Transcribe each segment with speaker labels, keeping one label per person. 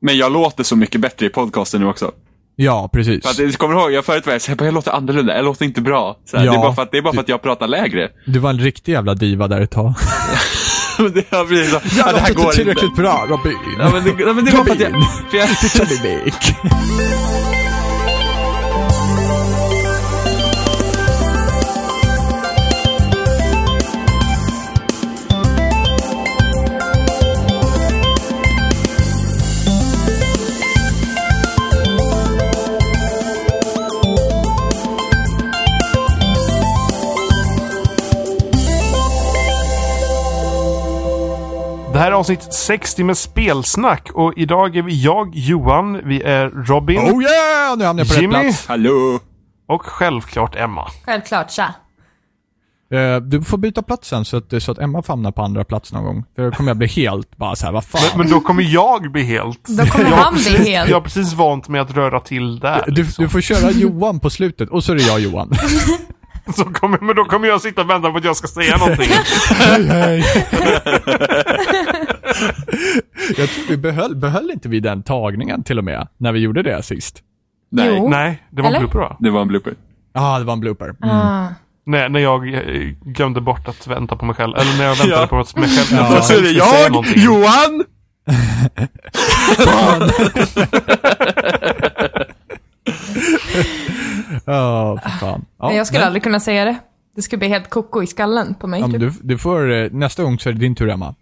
Speaker 1: Men jag låter så mycket bättre i podcasten nu också.
Speaker 2: Ja, precis.
Speaker 1: För att, jag kommer ihåg, jag förut var jag såhär, jag låter annorlunda, jag låter inte bra. Så här,
Speaker 2: Ja.
Speaker 1: det, är bara för att, det är bara för att jag pratar lägre.
Speaker 2: Du var en riktig jävla diva där ett tag.
Speaker 1: det har blivit så, ja, det här går inte.
Speaker 2: bra, Robin.
Speaker 1: Ja, men det, ja, men det var för att jag... För jag
Speaker 3: Det här är avsnitt 60 med spelsnack och idag är vi jag, Johan, vi är Robin
Speaker 2: Oh yeah! Nu hamnade jag på rätt
Speaker 3: Jimmy
Speaker 2: plats.
Speaker 1: hallå!
Speaker 3: och självklart Emma.
Speaker 4: Självklart, tja.
Speaker 2: Eh, Du får byta plats sen så att, så att Emma får hamna på andra plats någon gång. För då kommer jag bli helt bara så här, vad fan.
Speaker 3: Men då kommer jag bli helt...
Speaker 4: Då kommer
Speaker 3: Jag har
Speaker 4: han bli
Speaker 3: precis-
Speaker 4: helt.
Speaker 3: Jag har precis vant mig att röra till där.
Speaker 2: du, du får köra Johan på slutet och så är det jag Johan.
Speaker 3: Så kommer, men då kommer jag sitta och vänta på att jag ska säga någonting.
Speaker 2: hej hej. jag tror vi behöll, behöll inte vi den tagningen till och med, när vi gjorde det sist.
Speaker 1: Nej,
Speaker 4: Jo.
Speaker 3: Nej, det var en
Speaker 4: Eller?
Speaker 3: blooper va?
Speaker 1: det var en blooper.
Speaker 2: Ja, ah, det var en blooper. Mm.
Speaker 4: Ah.
Speaker 3: Nej, när jag eh, glömde bort att vänta på mig själv. Eller när jag väntade
Speaker 1: Ja.
Speaker 3: på att mig själv.
Speaker 2: Ja.
Speaker 3: Jag
Speaker 1: Så är det
Speaker 3: skulle säga
Speaker 1: jag,
Speaker 3: någonting.
Speaker 1: Johan!
Speaker 2: Ja, för fan. Ja,
Speaker 4: Men jag skulle
Speaker 2: nej.
Speaker 4: aldrig kunna säga det. Det skulle bli helt koko i skallen på mig.
Speaker 2: Ja, men
Speaker 4: typ.
Speaker 2: du, du får, eh, nästa gång så är det din tur Emma.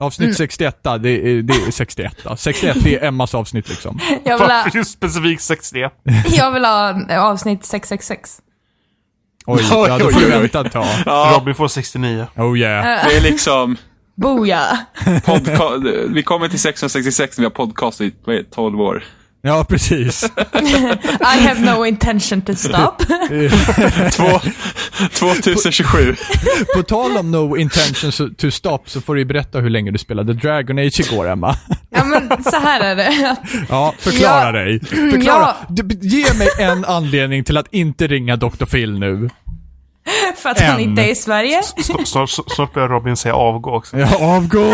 Speaker 2: Avsnitt 61, det är, eh, det är 61. ja. 61, det är Emmas avsnitt liksom.
Speaker 4: jag, vill ha,
Speaker 3: Varför just specifikt 61?
Speaker 4: jag vill ha eh, avsnitt 666.
Speaker 2: Oj, ja, då får
Speaker 1: Oj,
Speaker 2: du
Speaker 1: oj, oj.
Speaker 2: vänta ett tag.
Speaker 1: Ja,
Speaker 3: Robin får 69.
Speaker 2: Oh yeah.
Speaker 1: det är liksom...
Speaker 4: Boja!
Speaker 1: Podca- vi kommer till 666 när vi har podcast i vad är, det, 12 år.
Speaker 2: Ja, precis.
Speaker 4: I have no intention to stop.
Speaker 1: Två, 2027.
Speaker 2: På tal om no intentions to stop så får du ju berätta hur länge du spelade Dragon Age igår, Emma.
Speaker 4: ja, men så här är det.
Speaker 2: Ja, förklara
Speaker 4: Ja.
Speaker 2: dig. Förklara.
Speaker 4: Ja.
Speaker 2: Du, ge mig en anledning till att inte ringa Dr. Phil nu.
Speaker 4: För att han
Speaker 2: En.
Speaker 4: inte är i Sverige.
Speaker 3: Snart- Snart, snart börjar Robin säga avgå också.
Speaker 2: Ja, avgå!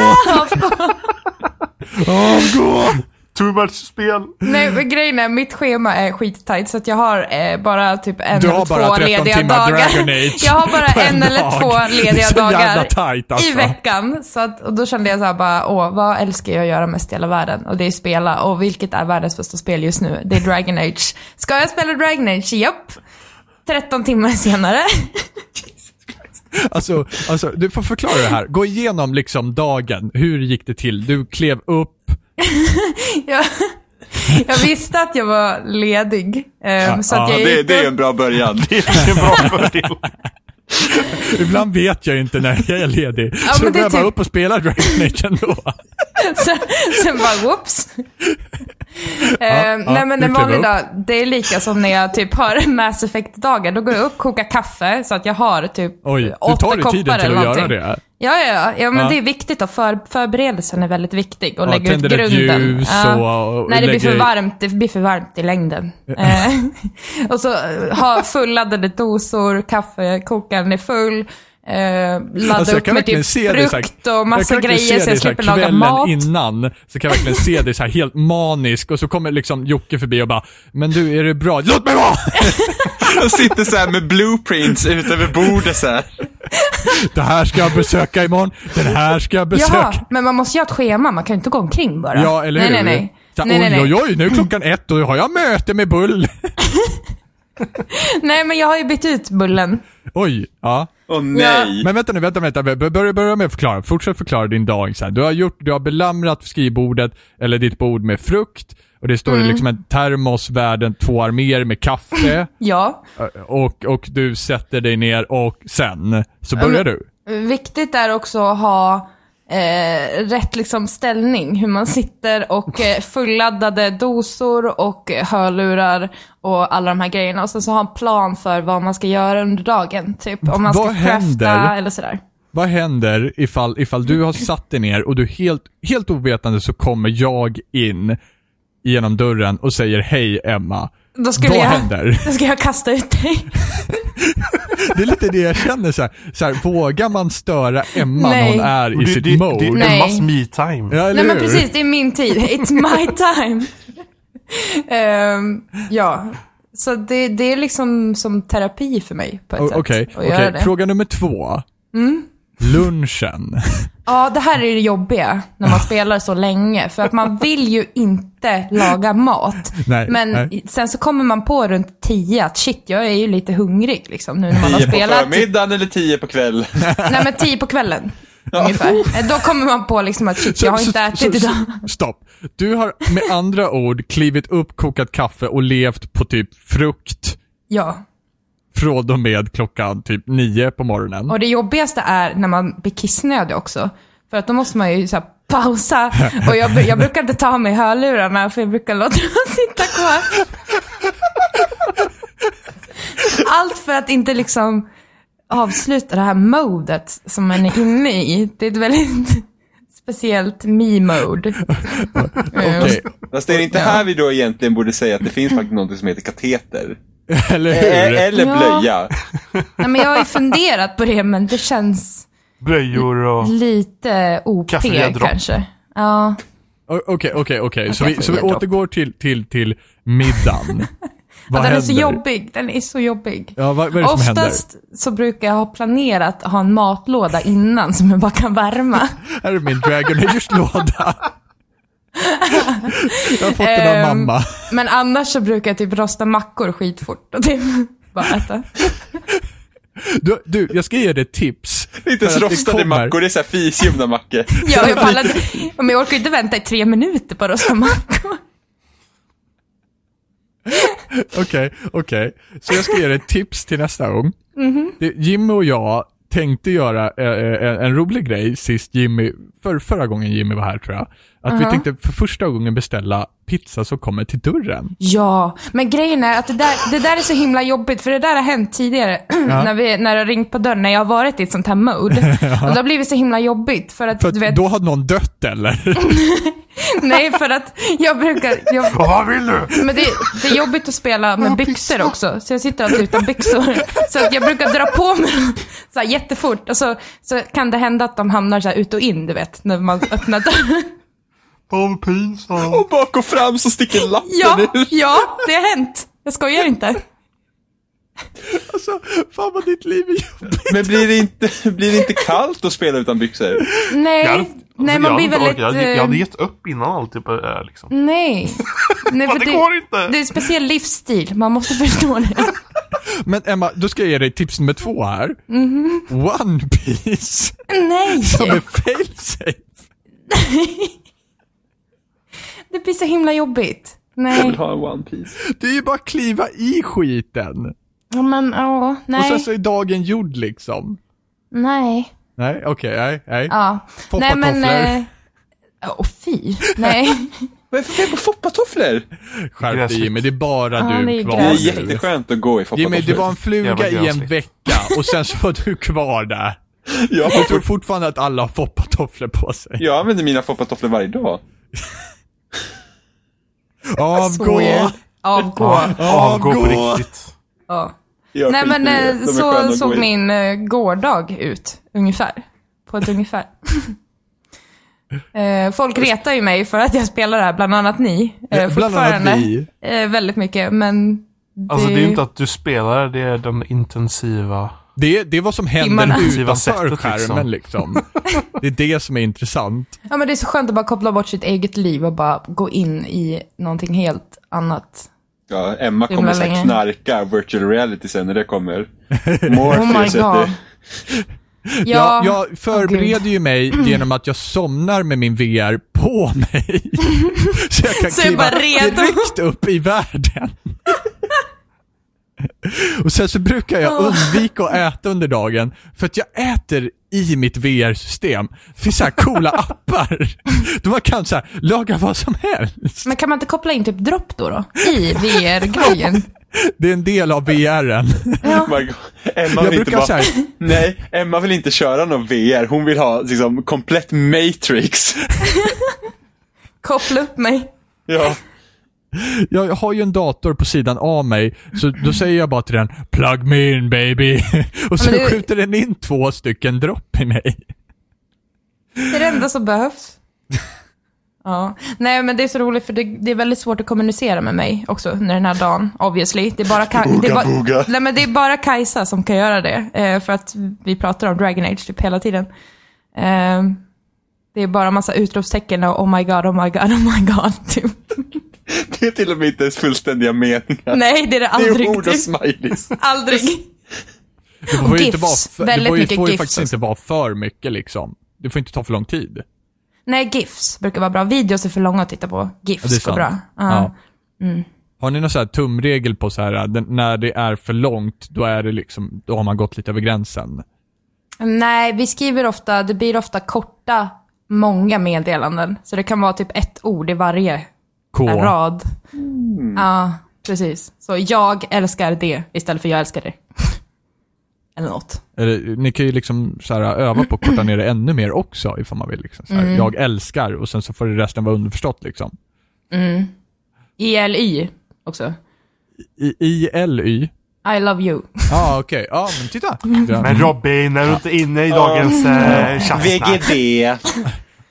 Speaker 2: avgå!
Speaker 3: Too much spel.
Speaker 4: Nej, men grejen är, mitt schema är skittajt så att jag har eh, bara typ en
Speaker 2: Du har
Speaker 4: eller
Speaker 2: bara
Speaker 4: två
Speaker 2: 13
Speaker 4: lediga
Speaker 2: timmar
Speaker 4: dagar.
Speaker 2: Dragon Age
Speaker 4: jag har bara
Speaker 2: på en
Speaker 4: en,
Speaker 2: dag.
Speaker 4: eller två
Speaker 2: Det är
Speaker 4: lediga
Speaker 2: så jävla
Speaker 4: dagar
Speaker 2: tajt, alltså.
Speaker 4: i veckan. Så att, och då kände jag så här bara, åh, vad älskar jag att göra mest i hela världen? Och det är spela. Och vilket är världens bästa spel just nu? Det är Dragon Age. Ska jag spela Dragon Age? Japp. 13 timmar senare.
Speaker 2: Alltså, alltså, du får förklara det här. Gå igenom liksom dagen. Hur gick det till? Du klev upp.
Speaker 4: jag, jag visste att jag var ledig. ehm, så att
Speaker 2: ja,
Speaker 4: jag
Speaker 1: Det,
Speaker 4: gick
Speaker 1: det är
Speaker 4: upp-
Speaker 1: en bra början.
Speaker 3: Det är en bra fördel.
Speaker 2: Ibland vet jag ju inte när jag är ledig. så
Speaker 4: men
Speaker 2: då går
Speaker 4: det är
Speaker 2: jag bara
Speaker 4: typ-
Speaker 2: upp och spelar Dragon Age ändå.
Speaker 4: sen, sen bara whoops. Eh, nej men
Speaker 2: det
Speaker 4: en
Speaker 2: klev
Speaker 4: vanlig
Speaker 2: upp.
Speaker 4: dag, det är lika som när jag typ har Mass Effect-dagar. Då går jag upp, kokar kaffe så att jag har typ
Speaker 2: Oj, du
Speaker 4: åtta
Speaker 2: tar dig
Speaker 4: koppar
Speaker 2: tiden till
Speaker 4: eller
Speaker 2: att göra
Speaker 4: någonting.
Speaker 2: det.
Speaker 4: Ja, ja, ja. ja men
Speaker 2: Ja.
Speaker 4: det är viktigt och för, förberedelsen är väldigt viktig. Och
Speaker 2: Ja,
Speaker 4: lägga ut
Speaker 2: tänder ett
Speaker 4: grunden.
Speaker 2: ljus
Speaker 4: Ja.
Speaker 2: och- och
Speaker 4: Nej, det blir
Speaker 2: lägger-
Speaker 4: för varmt. Det blir för varmt i längden. Eh, och så eh, ha fulladdade dosor, kaffekokaren är full. Eh, ladda
Speaker 2: Alltså, jag
Speaker 4: upp
Speaker 2: kan
Speaker 4: med
Speaker 2: verkligen
Speaker 4: typ
Speaker 2: se dig såhär,
Speaker 4: frukt och massa grejer så jag slipper laga
Speaker 2: kvällen
Speaker 4: mat.
Speaker 2: innan, så kan jag verkligen se dig så här helt manisk och så kommer liksom Jocke förbi och bara “Men du, är det bra?” “Låt mig vara!”
Speaker 1: Och sitter så här med blueprints ut över bordet så här.
Speaker 2: “Det här ska jag besöka imorgon, den här ska jag
Speaker 4: Jaha,
Speaker 2: besöka.”
Speaker 4: men man måste ju ha ett schema. Man kan ju inte gå omkring bara.
Speaker 2: Ja, eller
Speaker 4: nej,
Speaker 2: hur?
Speaker 4: Nej, nej,
Speaker 2: Så,
Speaker 4: nej.
Speaker 2: oj,
Speaker 4: Nej,
Speaker 2: oj,
Speaker 4: nej.
Speaker 2: oj, nu är klockan ett och då har jag möte med Bull.
Speaker 4: nej, men jag har ju bytt ut bullen.
Speaker 2: Oj, ja.
Speaker 1: Åh nej.
Speaker 2: Men vänta nu, vänta, vänta. Bör- Börja, börja med att förklara. Fortsätt förklara din dag. Så här. Du har gjort, du har belamrat skrivbordet, eller ditt bord med frukt. Och det
Speaker 4: Mm.
Speaker 2: står liksom en termos värd en två arméer med kaffe.
Speaker 4: Ja.
Speaker 2: och, och du sätter dig ner och sen så
Speaker 4: Äh,
Speaker 2: börjar du.
Speaker 4: Viktigt är också att ha eh, rätt liksom ställning, hur man sitter och eh, fulladdade dosor och eh, hörlurar och alla de här grejerna. Och sen så ha en plan för vad man ska göra under dagen. Typ om man ska
Speaker 2: Vad
Speaker 4: crafta
Speaker 2: händer?
Speaker 4: eller sådär.
Speaker 2: Vad händer ifall, ifall du har satt dig ner och du helt, helt ovetande så kommer jag in genom dörren och säger hej Emma.
Speaker 4: Då skulle
Speaker 2: Vad
Speaker 4: jag,
Speaker 2: händer?
Speaker 4: Då skulle jag kasta ut dig.
Speaker 2: Det är lite det jag känner så här. Så här vågar man störa Emma när
Speaker 4: Nej.
Speaker 2: hon är i
Speaker 3: Och det,
Speaker 2: sitt
Speaker 3: det,
Speaker 2: mode?
Speaker 3: Det, det
Speaker 4: Nej.
Speaker 3: är mass me time.
Speaker 2: ja, eller
Speaker 4: Nej men
Speaker 2: hur?
Speaker 4: precis, det är min tid. It's my time. Ehm, ja, så det, det är liksom som terapi för mig på ett
Speaker 2: O-
Speaker 4: sätt.
Speaker 2: Okej,
Speaker 4: att
Speaker 2: okej.
Speaker 4: göra det. Mm.
Speaker 2: fråga nummer två. Lunchen.
Speaker 4: Ja, det här är det jobbiga när man spelar så länge. För att man vill ju inte laga mat.
Speaker 2: Nej,
Speaker 4: men
Speaker 2: nej.
Speaker 4: i- sen så kommer man på runt 10 att shit, jag är ju lite hungrig liksom nu när man har
Speaker 1: Tio på
Speaker 4: spelat. typ-
Speaker 1: förmiddagen eller tio på kvällen.
Speaker 4: Nej men 10 på kvällen. Ungefär. Eh, Då kommer man på liksom att shit, jag har inte ätit idag.
Speaker 2: Stopp. Du har med andra ord klivit upp, kokat kaffe och levt på typ frukt
Speaker 4: Ja.
Speaker 2: från och med klockan typ nio på morgonen.
Speaker 4: Och det jobbigaste är när man blir kissnödig också. För att då måste man ju så här pausa. Och jag, bru- jag brukar inte ta av mig hörlurarna för jag brukar låta dem sitta kvar. Allt för att inte liksom avsluta det här modet som man är inne i. Det är ett väldigt speciellt me-mode. Mm.
Speaker 2: Okej,
Speaker 1: Fast det är inte här vi då egentligen borde säga att det finns faktiskt något som heter kateter.
Speaker 2: eller hur?
Speaker 1: Eh, Eller
Speaker 4: Ja.
Speaker 1: blöja.
Speaker 4: Nej, men jag har ju funderat på det men det känns
Speaker 3: Blöjor och...
Speaker 4: Mm. lite OP
Speaker 3: Kaffedropp.
Speaker 4: kanske. Ja.
Speaker 2: O- Okej, okej, okej. Så
Speaker 4: Okej,
Speaker 2: vi, så vi
Speaker 4: jag drar.
Speaker 2: återgår till, till, till middagen.
Speaker 4: Ja,
Speaker 2: Vad
Speaker 4: den
Speaker 2: händer?
Speaker 4: är så jobbig. Den är så jobbig.
Speaker 2: Ja, vad, vad är det som händer?
Speaker 4: Oftast så brukar jag ha planerat att ha en matlåda innan som jag bara kan värma.
Speaker 2: Här är min Dragon Age-låda. Jag har fått den av
Speaker 4: Ehm,
Speaker 2: mamma.
Speaker 4: Men annars så brukar jag typ rosta mackor skitfort och typ bara äta.
Speaker 2: Du, du, jag ska ge dig ett tips.
Speaker 1: Inte ens
Speaker 2: För att det
Speaker 1: rostade
Speaker 2: kommer-
Speaker 1: mackor, det är såhär fisljumna mackor.
Speaker 4: Ja, jag, pallar, inte- men jag orkar ju inte vänta i tre minuter på att rosta mackor.
Speaker 2: Okej, okej. Så jag ska ge dig ett tips till nästa gång.
Speaker 4: Mm-hmm.
Speaker 2: Det- Jimmy och jag tänkte göra eh, eh, en rolig grej sist Jimmy, för, förra gången Jimmy var här tror jag. Att
Speaker 4: Uh-huh.
Speaker 2: vi tänkte för första gången beställa pizza som kommer till dörren.
Speaker 4: Ja, men grejen är att det där, det där är så himla jobbigt för det där har hänt tidigare. när, vi, när det har ringt på dörren, när jag har varit i ett sånt här mode. Och det har blivit så himla jobbigt för att,
Speaker 2: För att
Speaker 4: du vet,
Speaker 2: då har någon dött eller?
Speaker 4: nej för att jag brukar, jag,
Speaker 3: Ja, vad vill du?
Speaker 4: Men det, det är jobbigt att spela med byxor också, så jag sitter alltid utan byxor. Så att jag brukar dra på mig dem så här jättefort. Och så, så kan det hända att de hamnar så här ut och in, du vet, när man öppnar dörren.
Speaker 3: Åh, vad pinsamt.
Speaker 1: Och bak och fram så sticker lappen
Speaker 4: Ja,
Speaker 1: ur.
Speaker 4: ja, det har hänt. Jag skojar inte.
Speaker 2: alltså, fan vad ditt liv är jobbigt.
Speaker 1: Men blir det, inte, blir det inte kallt att spela utan byxor?
Speaker 3: Jag hade-
Speaker 4: Nej,
Speaker 3: alltså,
Speaker 4: nej
Speaker 3: jag
Speaker 4: man
Speaker 3: hade
Speaker 4: blir
Speaker 3: inte
Speaker 4: väldigt...
Speaker 3: orkat. Jag, hade- jag hade
Speaker 4: eh,
Speaker 3: gett upp innan allt typ är liksom.
Speaker 4: Nej. nej
Speaker 3: Fan,
Speaker 4: för
Speaker 3: det går inte.
Speaker 4: Det är en speciell livsstil, man måste förstå det.
Speaker 2: Men Emma, då ska jag ge dig tips nummer två här.
Speaker 4: Mhm.
Speaker 2: One Piece
Speaker 4: Nej,
Speaker 2: som är failsafe.
Speaker 4: det blir så himla jobbigt.
Speaker 1: Jag vill
Speaker 4: Nej,
Speaker 1: ha en one piece.
Speaker 2: Det är ju bara att kliva i skiten.
Speaker 4: ja men ja,
Speaker 2: Och sen
Speaker 4: nej,
Speaker 2: så är dagen gjord liksom.
Speaker 4: nej.
Speaker 2: Nej, okej, nej, nej.
Speaker 4: Ja.
Speaker 2: Foppa
Speaker 4: Nej men...
Speaker 2: tofflor.
Speaker 4: eh, Åh fy. Nej.
Speaker 1: Vad är det för fel på foppatofflor?
Speaker 2: Skärp dig
Speaker 3: Gräsligt.
Speaker 2: Jimmy, det är bara
Speaker 4: Ja, det
Speaker 2: du
Speaker 4: är
Speaker 2: kvar
Speaker 1: Det är
Speaker 4: gräsligt.
Speaker 2: nu.
Speaker 1: jätteskönt att gå i
Speaker 2: Jimmy, det var
Speaker 1: foppatofflor.
Speaker 2: en fluga
Speaker 3: Jävla
Speaker 2: i en
Speaker 3: gräsligt.
Speaker 2: vecka och sen så var du kvar där.
Speaker 1: Jag,
Speaker 2: Jag tror fortfarande att alla har foppatofflor på sig.
Speaker 1: jag använder mina foppatofflor varje dag.
Speaker 2: Avgå!
Speaker 4: Avgå.
Speaker 3: Avgå på
Speaker 2: Avgå.
Speaker 3: riktigt.
Speaker 4: Ja.
Speaker 1: Jag
Speaker 4: Nej
Speaker 1: skiter
Speaker 4: men
Speaker 1: i det. De
Speaker 4: eh,
Speaker 1: är sköna
Speaker 4: så
Speaker 1: att gå
Speaker 4: såg
Speaker 1: i.
Speaker 4: min eh, gårdag ut, ungefär. På ett ungefär. Eh, Folk retar ju mig för att jag spelar det här, bland annat ni. eh,
Speaker 2: Ja, bland annat
Speaker 4: fortfarande.
Speaker 2: vi.
Speaker 4: Eh, Väldigt mycket, men...
Speaker 3: Alltså det är ju inte att du spelar, det är den intensiva...
Speaker 2: Det, det är vad som
Speaker 4: Timmarna.
Speaker 2: händer
Speaker 3: Intensiva
Speaker 2: utanför
Speaker 3: sättet, liksom.
Speaker 2: skärmen liksom. Det är det som är intressant.
Speaker 4: Ja men det är så skönt att bara koppla bort sitt eget liv och bara gå in i någonting helt annat.
Speaker 1: Ja, Emma
Speaker 4: Himla
Speaker 1: kommer säkert
Speaker 4: länge.
Speaker 1: knarka virtual reality sen när det kommer.
Speaker 4: Oh my
Speaker 1: Morpheus heter-
Speaker 4: god. Ja,
Speaker 2: Jag, jag
Speaker 4: Åh,
Speaker 2: förbereder
Speaker 4: gud.
Speaker 2: ju mig genom att jag somnar med min VR på mig. Så jag kan
Speaker 4: Så jag
Speaker 2: kliva
Speaker 4: bara redo.
Speaker 2: direkt upp i världen. Och sen så brukar jag undvika att äta under dagen, för att jag äter i mitt VR-system. Det finns så här coola appar. Då man kan så här, laga vad som helst.
Speaker 4: Men kan man inte koppla in typ dropp då? då? I VR-grejen?
Speaker 2: Det är en del av VRen.
Speaker 1: Oh my god. Emma
Speaker 2: Jag
Speaker 1: vill inte
Speaker 2: brukar
Speaker 1: bara,
Speaker 2: så här,
Speaker 1: Nej, Emma vill inte köra någon VR. Hon vill ha liksom komplett Matrix.
Speaker 4: Koppla upp mig.
Speaker 1: Ja.
Speaker 2: Jag har ju en dator på sidan av mig, så då säger jag bara till den 'Plug me in baby' och så
Speaker 4: men det-
Speaker 2: skjuter den in två stycken dropp i mig.
Speaker 4: Det är det enda som behövs. Ja. Nej men det är så roligt för det, det är väldigt svårt att kommunicera med mig också under den här dagen, obviously. Det är bara, Ka- det är bara, Nej, men det är bara Kajsa som kan göra det. eh, För att vi pratar om Dragon Age typ hela tiden. Eh, Det är bara massa utropstecken och oh my god, oh my god, oh my god. Typ.
Speaker 1: Det är till och med inte ens fullständiga meningar.
Speaker 4: Nej, det är
Speaker 1: det
Speaker 4: det
Speaker 1: är
Speaker 4: aldrig.
Speaker 1: ord och
Speaker 4: typ.
Speaker 1: smileys.
Speaker 4: Aldrig.
Speaker 2: Det får ju, inte
Speaker 4: gifs.
Speaker 2: vara för, det
Speaker 4: Väldigt
Speaker 2: får ju,
Speaker 4: mycket
Speaker 2: får ju
Speaker 4: gifs
Speaker 2: faktiskt
Speaker 4: också.
Speaker 2: inte vara för mycket liksom. Det får inte ta för lång tid.
Speaker 4: Nej, GIFs brukar vara bra. Videos är för långa att titta på.
Speaker 2: Ja, det är
Speaker 4: GIFs går
Speaker 2: sant.
Speaker 4: bra. Ja. Mm.
Speaker 2: Ja. Har ni någon så här tumregel på så här, äh, den, när det är för långt, då är det liksom, då har man gått lite över gränsen?
Speaker 4: Nej, vi skriver ofta, det blir ofta korta, många meddelanden. Så det kan vara typ ett ord i varje
Speaker 2: K.
Speaker 4: rad. Ja, precis. Så jag älskar det istället för jag älskar det. Eller något.
Speaker 2: Eller, ni kan ju liksom så här, öva på att korta ner det ännu mer också ifall man vill. Liksom, så
Speaker 4: Mm.
Speaker 2: här, Jag älskar och sen så får det resten vara underförstått. Liksom.
Speaker 4: ILY också.
Speaker 2: I- ILY?
Speaker 4: I love you.
Speaker 2: Ja, ah, okej. Ja, men titta. Ja.
Speaker 3: Men Robin, är du inte inne i dagens
Speaker 2: Mm.
Speaker 3: eh,
Speaker 4: Alltså,
Speaker 3: tjafsnack?
Speaker 1: VGD.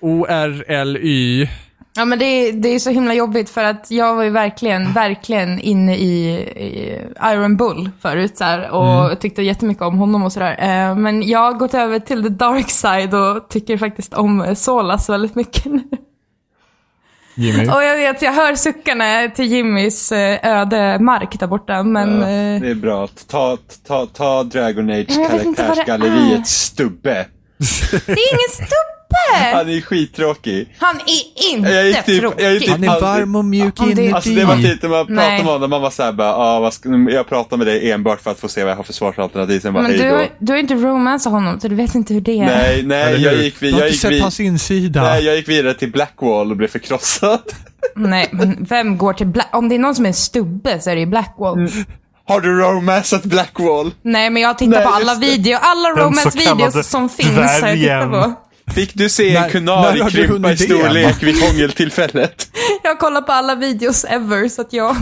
Speaker 2: O-R-L-Y.
Speaker 4: Ja men det är, det är så himla jobbigt för att jag var ju
Speaker 1: Mm.
Speaker 4: verkligen, verkligen inne i, i Iron Bull förut så här, och
Speaker 1: Mm.
Speaker 4: tyckte jättemycket om honom och sådär. Eh, Men jag har gått över till the dark side och tycker faktiskt om eh, Solas väldigt mycket nu.
Speaker 1: Mm.
Speaker 2: Jimmy.
Speaker 4: Och jag vet, jag hör suckarna till Jimmys eh, öde mark där borta men... eh,
Speaker 1: Det är bra. Ta, ta, ta Dragon Age
Speaker 4: Men jag vet inte vad det Ah. är.
Speaker 1: karaktärsgalleriets stubbe.
Speaker 4: Det är ingen stubbe!
Speaker 1: Han är skittråkig.
Speaker 4: Han är inte
Speaker 1: Jag gick typ-
Speaker 4: tråkig.
Speaker 1: jag gick typ-
Speaker 2: Han är varm och mjuk
Speaker 4: Ja, det-
Speaker 2: inuti.
Speaker 1: Alltså det var typ när man pratade
Speaker 4: Nej.
Speaker 1: med honom, man var såhär bara, ah, vad ska, jag pratar med dig enbart för att få se vad jag har för svarsalternativ, sen bara
Speaker 4: men du,
Speaker 1: hejdå.
Speaker 4: har- du har inte romansat honom så du vet inte hur det är.
Speaker 1: Nej,
Speaker 2: Eller
Speaker 1: nej,
Speaker 2: hur?
Speaker 1: jag gick, vi,
Speaker 2: Du har
Speaker 1: jag,
Speaker 2: inte
Speaker 1: gick
Speaker 2: sett
Speaker 1: vi,
Speaker 2: hans insida.
Speaker 1: nej, jag gick vidare till Blackwall och blev förkrossad.
Speaker 4: Nej, men vem går till Black... Om det är någon som är en stubbe så är det ju Blackwall.
Speaker 1: Mm. Har du romansat Blackwall?
Speaker 4: Nej, men jag tittar
Speaker 1: Nej,
Speaker 4: på alla
Speaker 1: just det.
Speaker 4: videos, alla
Speaker 3: Den så kallade
Speaker 4: romance-videos som finns har jag tittat
Speaker 3: dvärgen.
Speaker 4: på.
Speaker 1: Fick du se
Speaker 2: När-
Speaker 1: en
Speaker 2: när har
Speaker 1: kunari
Speaker 2: du
Speaker 1: krympa i
Speaker 2: hunnit det?
Speaker 1: storlek vid hångeltillfället?
Speaker 4: Jag kollar på alla videos ever, så att jag... Eh,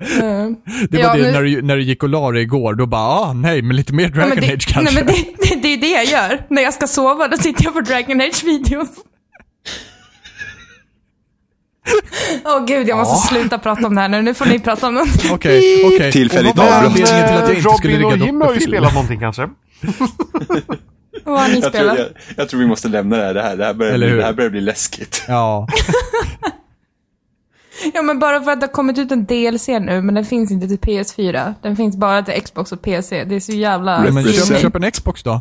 Speaker 2: Det var
Speaker 4: Ja,
Speaker 2: det
Speaker 4: men-
Speaker 2: när du, när du gick och la dig igår, då bara ah, nej, men lite mer
Speaker 4: ja,
Speaker 2: Dragon
Speaker 4: men det,
Speaker 2: Age kanske.
Speaker 4: nej, men det, det, det är det jag gör. När jag ska sova, då tittar jag på Dragon Age-videos. Åh gud, jag måste sluta prata om det här nu. Nu får ni prata om någonting.
Speaker 2: Okej, okej.
Speaker 1: Tillfälligt
Speaker 2: Och vad var
Speaker 1: avbrott.
Speaker 2: anledningen till att jag inte skulle
Speaker 3: eh, Robin och
Speaker 2: ligga
Speaker 3: Jim
Speaker 2: dock på
Speaker 3: har ju
Speaker 2: film?
Speaker 3: spelat någonting kanske?
Speaker 4: Vad har ni
Speaker 1: Jag tror,
Speaker 4: spelat?
Speaker 1: jag, jag tror vi måste lämna det här, det här, det här, börjar,
Speaker 2: Eller
Speaker 1: bli,
Speaker 2: hur?
Speaker 1: det här börjar bli läskigt.
Speaker 2: Ja,
Speaker 4: Ja men bara för att det har kommit ut en DLC nu, men den finns inte till PS4. Den finns bara till Xbox och PC. Det är så jävla...
Speaker 2: men köp,
Speaker 1: Represent.
Speaker 2: köp en Xbox då.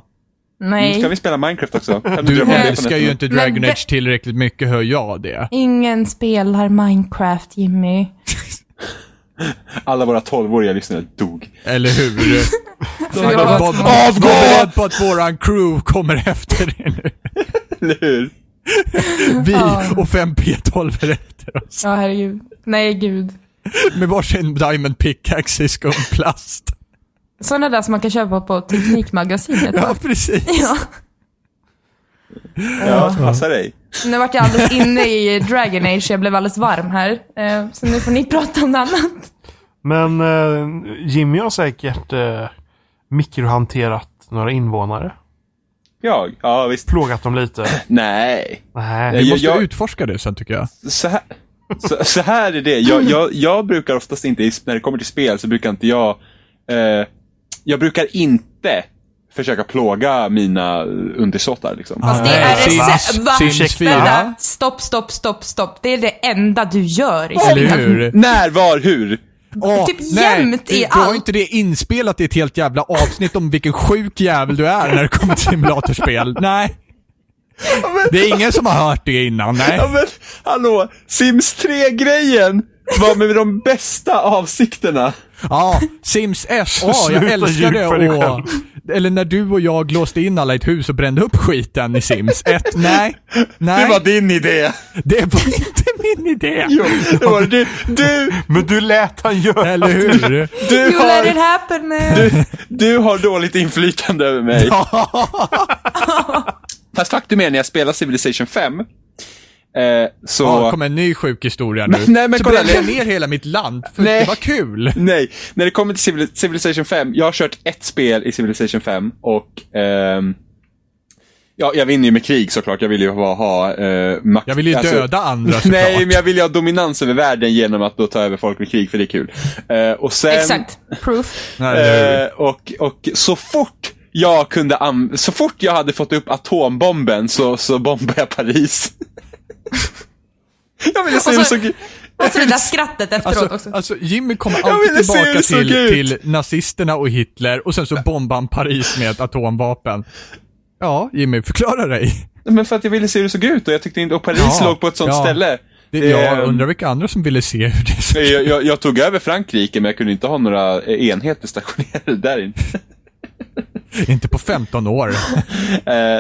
Speaker 4: Nej.
Speaker 1: Kan vi spela Minecraft också? Kan
Speaker 2: Du
Speaker 1: drömma om det på
Speaker 2: älskar
Speaker 1: nätterna?
Speaker 2: ju inte
Speaker 4: Men
Speaker 2: Dragon
Speaker 4: det-
Speaker 2: Age tillräckligt mycket, hör jag det.
Speaker 4: Ingen spelar Minecraft, Jimmy.
Speaker 1: Alla våra 12-åriga lyssnare dog.
Speaker 2: Eller hur?
Speaker 4: jag
Speaker 2: Var-
Speaker 4: har-
Speaker 2: var-
Speaker 4: Avgå!
Speaker 2: Var beredd på att våran crew kommer efter er nu.
Speaker 1: Eller hur?
Speaker 2: Vi och fem P12 er efter oss.
Speaker 4: Ja, herregud. Nej, gud.
Speaker 2: Med varsin diamond pickaxe i skumplast.
Speaker 4: Sådana där som man kan köpa på Teknikmagasinet.
Speaker 2: Ja,
Speaker 4: va?
Speaker 2: precis.
Speaker 4: Ja.
Speaker 1: Ja, passa dig.
Speaker 4: Nu vart jag alldeles inne i Dragon Age, jag blev alldeles varm här. Eh, Så nu får ni prata om något annat.
Speaker 3: Men eh, Jimmy har säkert eh, mikrohanterat några invånare.
Speaker 1: Jag? Ja, visst.
Speaker 3: Plågat dem lite.
Speaker 1: Nej.
Speaker 3: Nej.
Speaker 1: Nej.
Speaker 2: Vi måste
Speaker 1: jag-
Speaker 2: utforska det sen tycker jag.
Speaker 1: så här, så, så här är det. Jag, jag, jag brukar oftast inte, i- när det kommer till spel, så brukar inte jag... Eh, jag brukar inte försöka plåga mina undersåtar. Liksom.
Speaker 4: Fast det
Speaker 2: Nej,
Speaker 4: är det
Speaker 3: va?
Speaker 4: sä- va?
Speaker 2: Sims
Speaker 3: Ursäkta.
Speaker 2: fyra.
Speaker 4: Vänta, stopp, stopp, stopp, stopp. Det är det enda du gör i
Speaker 2: Eller
Speaker 4: spelet.
Speaker 2: hur?
Speaker 1: När, var, hur?
Speaker 2: Åh,
Speaker 4: Mm. Typ
Speaker 2: nej,
Speaker 4: jämt
Speaker 2: du,
Speaker 4: i
Speaker 2: Du har
Speaker 4: allt.
Speaker 2: inte det inspelat i ett helt jävla avsnitt om vilken sjuk jävel du är när det kommer till simulatorspel. Nej. Det är ingen som har hört det innan, nej.
Speaker 1: Ja, men, hallå! Sims 3-grejen var med de bästa avsikterna.
Speaker 2: Ja, Sims S. Åh, jag
Speaker 3: Sluta
Speaker 2: älskar
Speaker 3: ljug
Speaker 2: det.
Speaker 3: för dig
Speaker 2: Och, eller när du och jag låste in alla i ett hus och brände upp skiten i Sims 1. Nej, nej.
Speaker 1: Det var din idé.
Speaker 2: det var inte min idé.
Speaker 1: Jo, det var du, du,
Speaker 3: Men du lät han göra.
Speaker 2: Eller hur?
Speaker 1: du,
Speaker 4: You let it
Speaker 1: har,
Speaker 4: happen. man.
Speaker 1: du har dåligt inflytande över mig. Fast faktum är, när jag spelar Civilization 5, Eh, så...
Speaker 2: Ja, det kommer en ny sjuk historia nu.
Speaker 1: Nej, men
Speaker 2: så
Speaker 1: kolla,
Speaker 2: brände jag
Speaker 1: det-
Speaker 2: ner hela mitt land, för
Speaker 1: Nej.
Speaker 2: det var kul.
Speaker 1: Nej, när det kommer till Civil Civilization 5. Jag har kört ett spel i Civilization 5 och ehm, ja, jag vinner ju med krig såklart. Jag vill ju ha, ha eh, makt.
Speaker 2: Jag vill ju
Speaker 1: alltså-
Speaker 2: döda andra såklart.
Speaker 1: Nej, men jag vill ju ha dominans över världen genom att då ta över folk med krig, för det är kul. Eh, och sen,
Speaker 4: Exakt. Proof.
Speaker 2: Nej, det-
Speaker 1: Eh, och, och så fort jag kunde an- så fort jag hade fått upp atombomben så, så bombade jag Paris. Alltså- jag ville se
Speaker 4: Och
Speaker 1: hur
Speaker 4: så-
Speaker 1: det såg ut.
Speaker 4: Och så det där skrattet efteråt också.
Speaker 2: Alltså, alltså Jimmy kommer
Speaker 1: Jag
Speaker 2: alltid
Speaker 1: ville se hur
Speaker 2: tillbaka
Speaker 1: det såg
Speaker 2: till,
Speaker 1: ut.
Speaker 2: till nazisterna och Hitler och sen så bombar han Paris med ett atomvapen. Ja, Jimmy, förklara dig.
Speaker 1: Men för att jag ville se hur det såg ut och jag tyckte inte, och Paris
Speaker 2: Ja,
Speaker 1: låg på ett sånt
Speaker 2: ja.
Speaker 1: ställe.
Speaker 2: Det,
Speaker 1: Det-
Speaker 2: jag undrar vilka andra som ville se hur det såg ut.
Speaker 1: Jag, jag, jag tog över Frankrike men jag kunde inte ha några eh, enheter stationerade där inne.
Speaker 2: Inte på 15 år.
Speaker 1: Eh,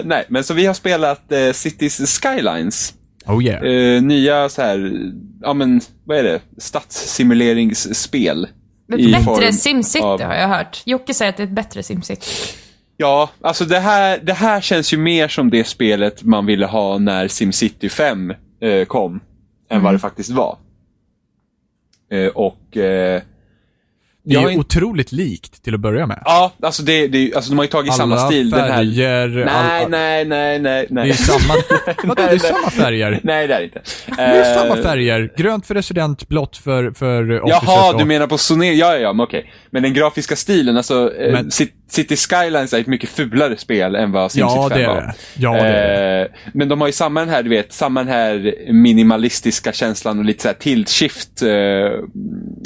Speaker 1: nej, men så vi har spelat eh, Cities Skylines.
Speaker 2: Oh yeah.
Speaker 1: Eh, nya så här, ja men vad är det? Stadssimuleringsspel. i
Speaker 4: Bättre
Speaker 1: form
Speaker 4: SimCity
Speaker 1: av-
Speaker 4: har jag hört. Jocke säger att det är ett bättre SimCity.
Speaker 1: Ja, alltså det här, det här känns ju mer som det spelet man ville ha när SimCity 5 eh, kom. Än
Speaker 2: Mm.
Speaker 1: vad det faktiskt var. Eh, och... Eh,
Speaker 2: Det är
Speaker 1: jag
Speaker 2: ju
Speaker 1: är inte-
Speaker 2: otroligt likt till att börja med.
Speaker 1: ja, alltså, det, det, är ju- alltså de har ju tagit samma
Speaker 2: Alla
Speaker 1: stil. Den här...
Speaker 2: färger,
Speaker 1: Nej,
Speaker 2: all-
Speaker 1: nej, nej, nej,
Speaker 2: Det är
Speaker 1: nej.
Speaker 2: samma, vadå, det är samma färger.
Speaker 1: Nej, det är det inte.
Speaker 2: Det är
Speaker 1: Eh,
Speaker 2: samma färger. Grönt för resident, blått för, för eh, officers
Speaker 1: Jaha, du
Speaker 2: och-
Speaker 1: menar på Soner? Ja, ja, ja, men okej. Men den grafiska stilen, alltså eh,
Speaker 2: Men-
Speaker 1: Ci- City Skylines är ett mycket fulare spel än vad SimCity
Speaker 2: Ja,
Speaker 1: 5
Speaker 2: det är
Speaker 1: var.
Speaker 2: det. Ja, det är
Speaker 1: Eh, Men de har ju samma den här, du vet, samma den här minimalistiska känslan och lite så här tilt-shift eh,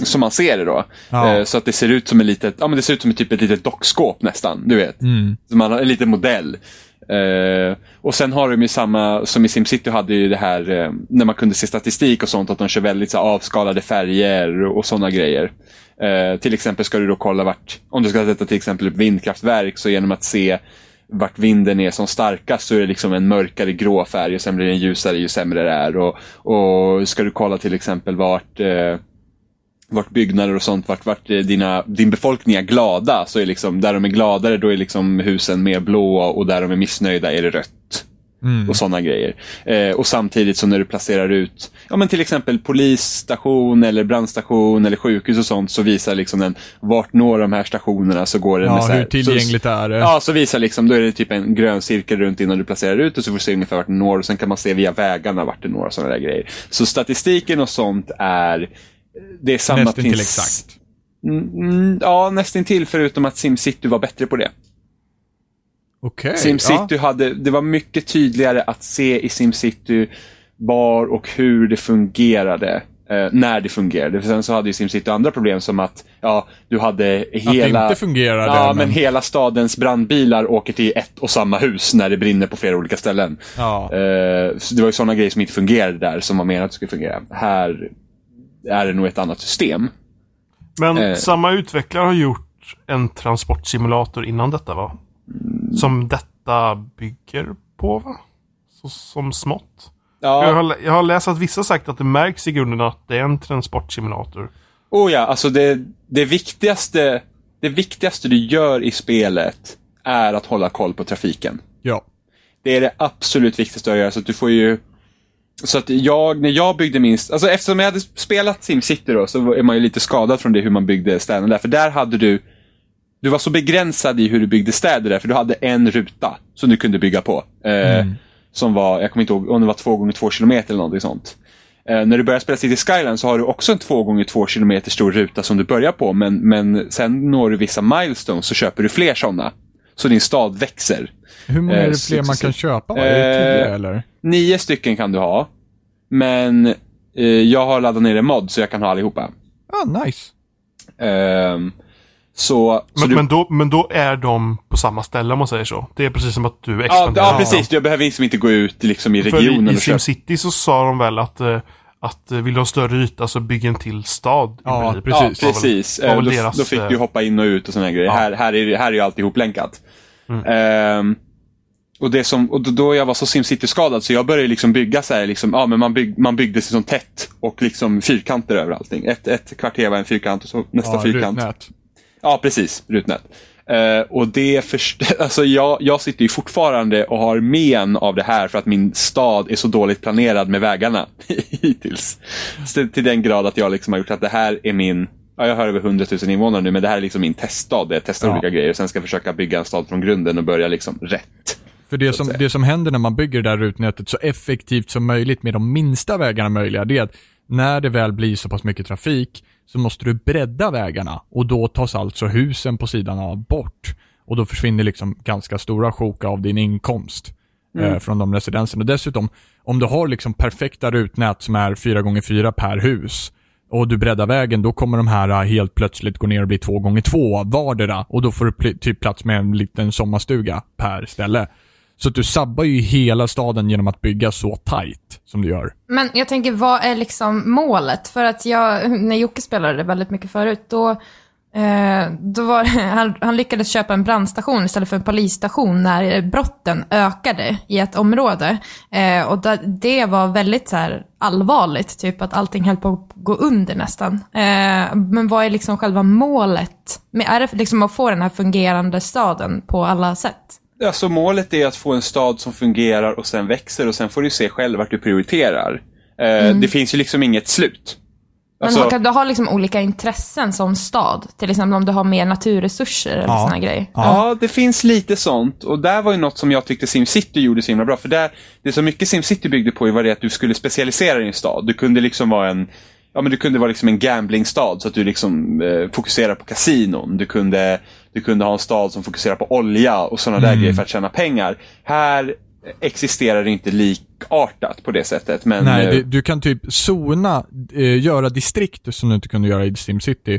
Speaker 1: som man ser det då.
Speaker 2: Ja.
Speaker 1: Eh, så att det ser ut som en litet, ja men det ser ut som ett, typ ett litet dockskåp nästan, du vet.
Speaker 2: Mm.
Speaker 1: Så man har en liten modell. Eh, och sen har de ju samma, som i SimCity hade ju det här eh, när man kunde se statistik och sånt, att de kör väldigt så här, avskalade färger och, och sådana grejer. Eh, till exempel ska du då kolla vart, om du ska sätta till exempel upp vindkraftverk, så genom att se vart vinden är som starkast så är det liksom en mörkare grå färg och sen blir den ljusare ju sämre det är. Och, och ska du kolla till exempel vart eh, vart byggnader och sånt, vart, vart eh, dina, din befolkning är glada, så är liksom, där de är gladare då är liksom husen mer blåa och där de är missnöjda är det rött.
Speaker 2: Mm.
Speaker 1: Och sådana grejer. Eh, och samtidigt som när du placerar ut, ja men till exempel polisstation eller brandstation eller sjukhus och sånt, så visar liksom den vart når de här stationerna så går den
Speaker 2: Ja,
Speaker 1: så här-
Speaker 2: hur tillgängligt
Speaker 1: så,
Speaker 2: är det?
Speaker 1: Ja, så visar liksom, då är det typ en grön cirkel runt innan du placerar ut och så får du se ungefär vart den når och sen kan man se via vägarna vart den når och sådana där grejer. Så statistiken och sånt är, det är samma
Speaker 2: Nästan till
Speaker 1: prins-
Speaker 2: exakt.
Speaker 1: Mm, Mm, ja, nästan till förutom att SimCity var bättre på det.
Speaker 2: Okej.
Speaker 1: SimCity hade, det var mycket tydligare att se i SimCity var och hur det fungerade. Eh, när det fungerade. För sen så hade ju SimCity andra problem som att, ja, du hade hela...
Speaker 2: inte fungerade,
Speaker 1: Ja, men...
Speaker 2: men-
Speaker 1: hela stadens brandbilar åker till ett och samma hus när det brinner på flera olika ställen.
Speaker 2: Ja. ja.
Speaker 1: Eh, så det var ju sådana grejer som inte fungerade där, som var menat att det skulle fungera. Här är det nog ett annat system.
Speaker 3: Men
Speaker 1: Eh.
Speaker 3: samma utvecklare har gjort en transportsimulator innan detta va? Som detta bygger på va? Så, som smått.
Speaker 1: Ja.
Speaker 3: Jag, har, lä- jag har läst att vissa sagt att det märks i grunden att det är en transportsimulator.
Speaker 1: Oh ja, alltså det, det, viktigaste, det viktigaste du gör i spelet är att hålla koll på trafiken.
Speaker 2: ja.
Speaker 1: Det är det absolut viktigaste att göra, så att du får ju... Så att jag, när jag byggde min... Alltså eftersom jag hade spelat SimCity då, så är man ju lite skadad från det hur man byggde städerna där. För där hade du... Du var så begränsad i hur du byggde städer där, för du hade en ruta som du kunde bygga på. Eh, Som var, jag kommer inte ihåg, om det var två gånger två kilometer eller någonting sånt. Eh, när du börjar spela City Skyline så har du också en två gånger två kilometer stor ruta som du börjar på, men, men sen når du vissa milestones så köper du fler sådana. Så din stad växer.
Speaker 2: Hur många
Speaker 1: Eh,
Speaker 2: är det fler man kan
Speaker 1: successivt.
Speaker 2: köpa? Var det
Speaker 1: Eh,
Speaker 2: tio eller?
Speaker 1: Nio stycken kan du ha. Men eh, jag har laddat ner en mod så jag kan ha allihopa.
Speaker 2: Ah, nice.
Speaker 1: Ehm, så... så
Speaker 3: Men,
Speaker 1: du,
Speaker 3: men, då, men då är de på samma ställe om man säger så. Det är precis som att du
Speaker 1: ja,
Speaker 3: expanderar.
Speaker 1: ja, precis. Jag behöver liksom inte gå ut liksom, i
Speaker 3: För i,
Speaker 1: regionen
Speaker 3: i
Speaker 1: och köpa.
Speaker 3: SimCity så sa de väl att, eh, att eh, vill du ha större yta så bygg en till stad. i
Speaker 2: Ja,
Speaker 3: princip.
Speaker 1: Ja,
Speaker 2: precis.
Speaker 1: precis.
Speaker 3: Var väl- var
Speaker 1: Eh,
Speaker 3: väl
Speaker 1: då,
Speaker 3: deras,
Speaker 1: då fick
Speaker 3: eh,
Speaker 1: du hoppa in och ut och såna här grejer. Här, här, är, det- här är ju allt ihoplänkat.
Speaker 3: Mm.
Speaker 1: Ehm, och det som, och då- då jag var så SimCity-skadad så jag började liksom bygga så här, liksom, ja, men man, bygg, man byggde sig som tätt och liksom fyrkanter över allting. Ett, ett kvarter var en fyrkant och så nästa
Speaker 2: Ja,
Speaker 1: fyrkant.
Speaker 2: rutnät.
Speaker 1: Ja, precis. Rutnät. Eh, och det först- alltså jag, jag sitter ju fortfarande och har men av det här för att min stad är så dåligt planerad med vägarna hittills. Så till den grad att jag liksom har gjort att det här är min, ja, jag har över 100 000 invånare nu, men det här är liksom min teststad där jag testar
Speaker 2: Ja.
Speaker 1: olika grejer och sen ska jag försöka bygga en stad från grunden och börja liksom rätt.
Speaker 2: För det som, det som händer när man bygger det där rutnätet så effektivt som möjligt med de minsta vägarna möjliga, det är att när det väl blir så pass mycket trafik så måste du bredda vägarna och då tas alltså husen på sidan av bort. Och då försvinner liksom ganska stora sjok av din inkomst eh, från de residenserna. Och dessutom, om du har liksom perfekta rutnät som är 4x4 per hus och du breddar vägen, då kommer de här eh, helt plötsligt gå ner och bli 2x2 vardera och då får du pl- typ plats med en liten sommarstuga per ställe. Så att du sabbar ju hela staden genom att bygga så tight som du gör.
Speaker 4: Men jag tänker, vad är liksom målet? För att jag, när Jocke spelade det väldigt mycket förut, då, eh, då var han, han lyckades köpa en brandstation istället för en polisstation när brotten ökade i ett område. Eh, och det, det var väldigt så här allvarligt, typ att allting höll på att gå under nästan. Eh, men vad är liksom själva målet? Men är det liksom att få den här fungerande staden på alla sätt?
Speaker 1: Alltså målet är att få en stad som fungerar och sen växer och sen får du se själv vart du prioriterar. Eh, Det finns ju liksom inget slut.
Speaker 4: Men
Speaker 1: Alltså-
Speaker 4: kan du ha liksom olika intressen som stad? Till exempel om du har mer naturresurser eller
Speaker 2: Ja.
Speaker 4: såna sådana grejer.
Speaker 1: Ja. det finns lite sånt. Och där var ju något som jag tyckte SimCity gjorde så himla bra. För där, det som mycket SimCity byggde på var det att du skulle specialisera din stad. Du kunde liksom vara en Ja, men du kunde vara liksom en gamblingstad så att du liksom eh, fokuserar på kasinon. Du kunde, du kunde ha en stad som fokuserar på olja och sådana där grejer för att tjäna pengar. Här existerar det inte likartat på det sättet. Men,
Speaker 2: Nej,
Speaker 1: eh,
Speaker 2: du, du kan typ zona, eh, göra distrikt som du inte kunde göra i SimCity.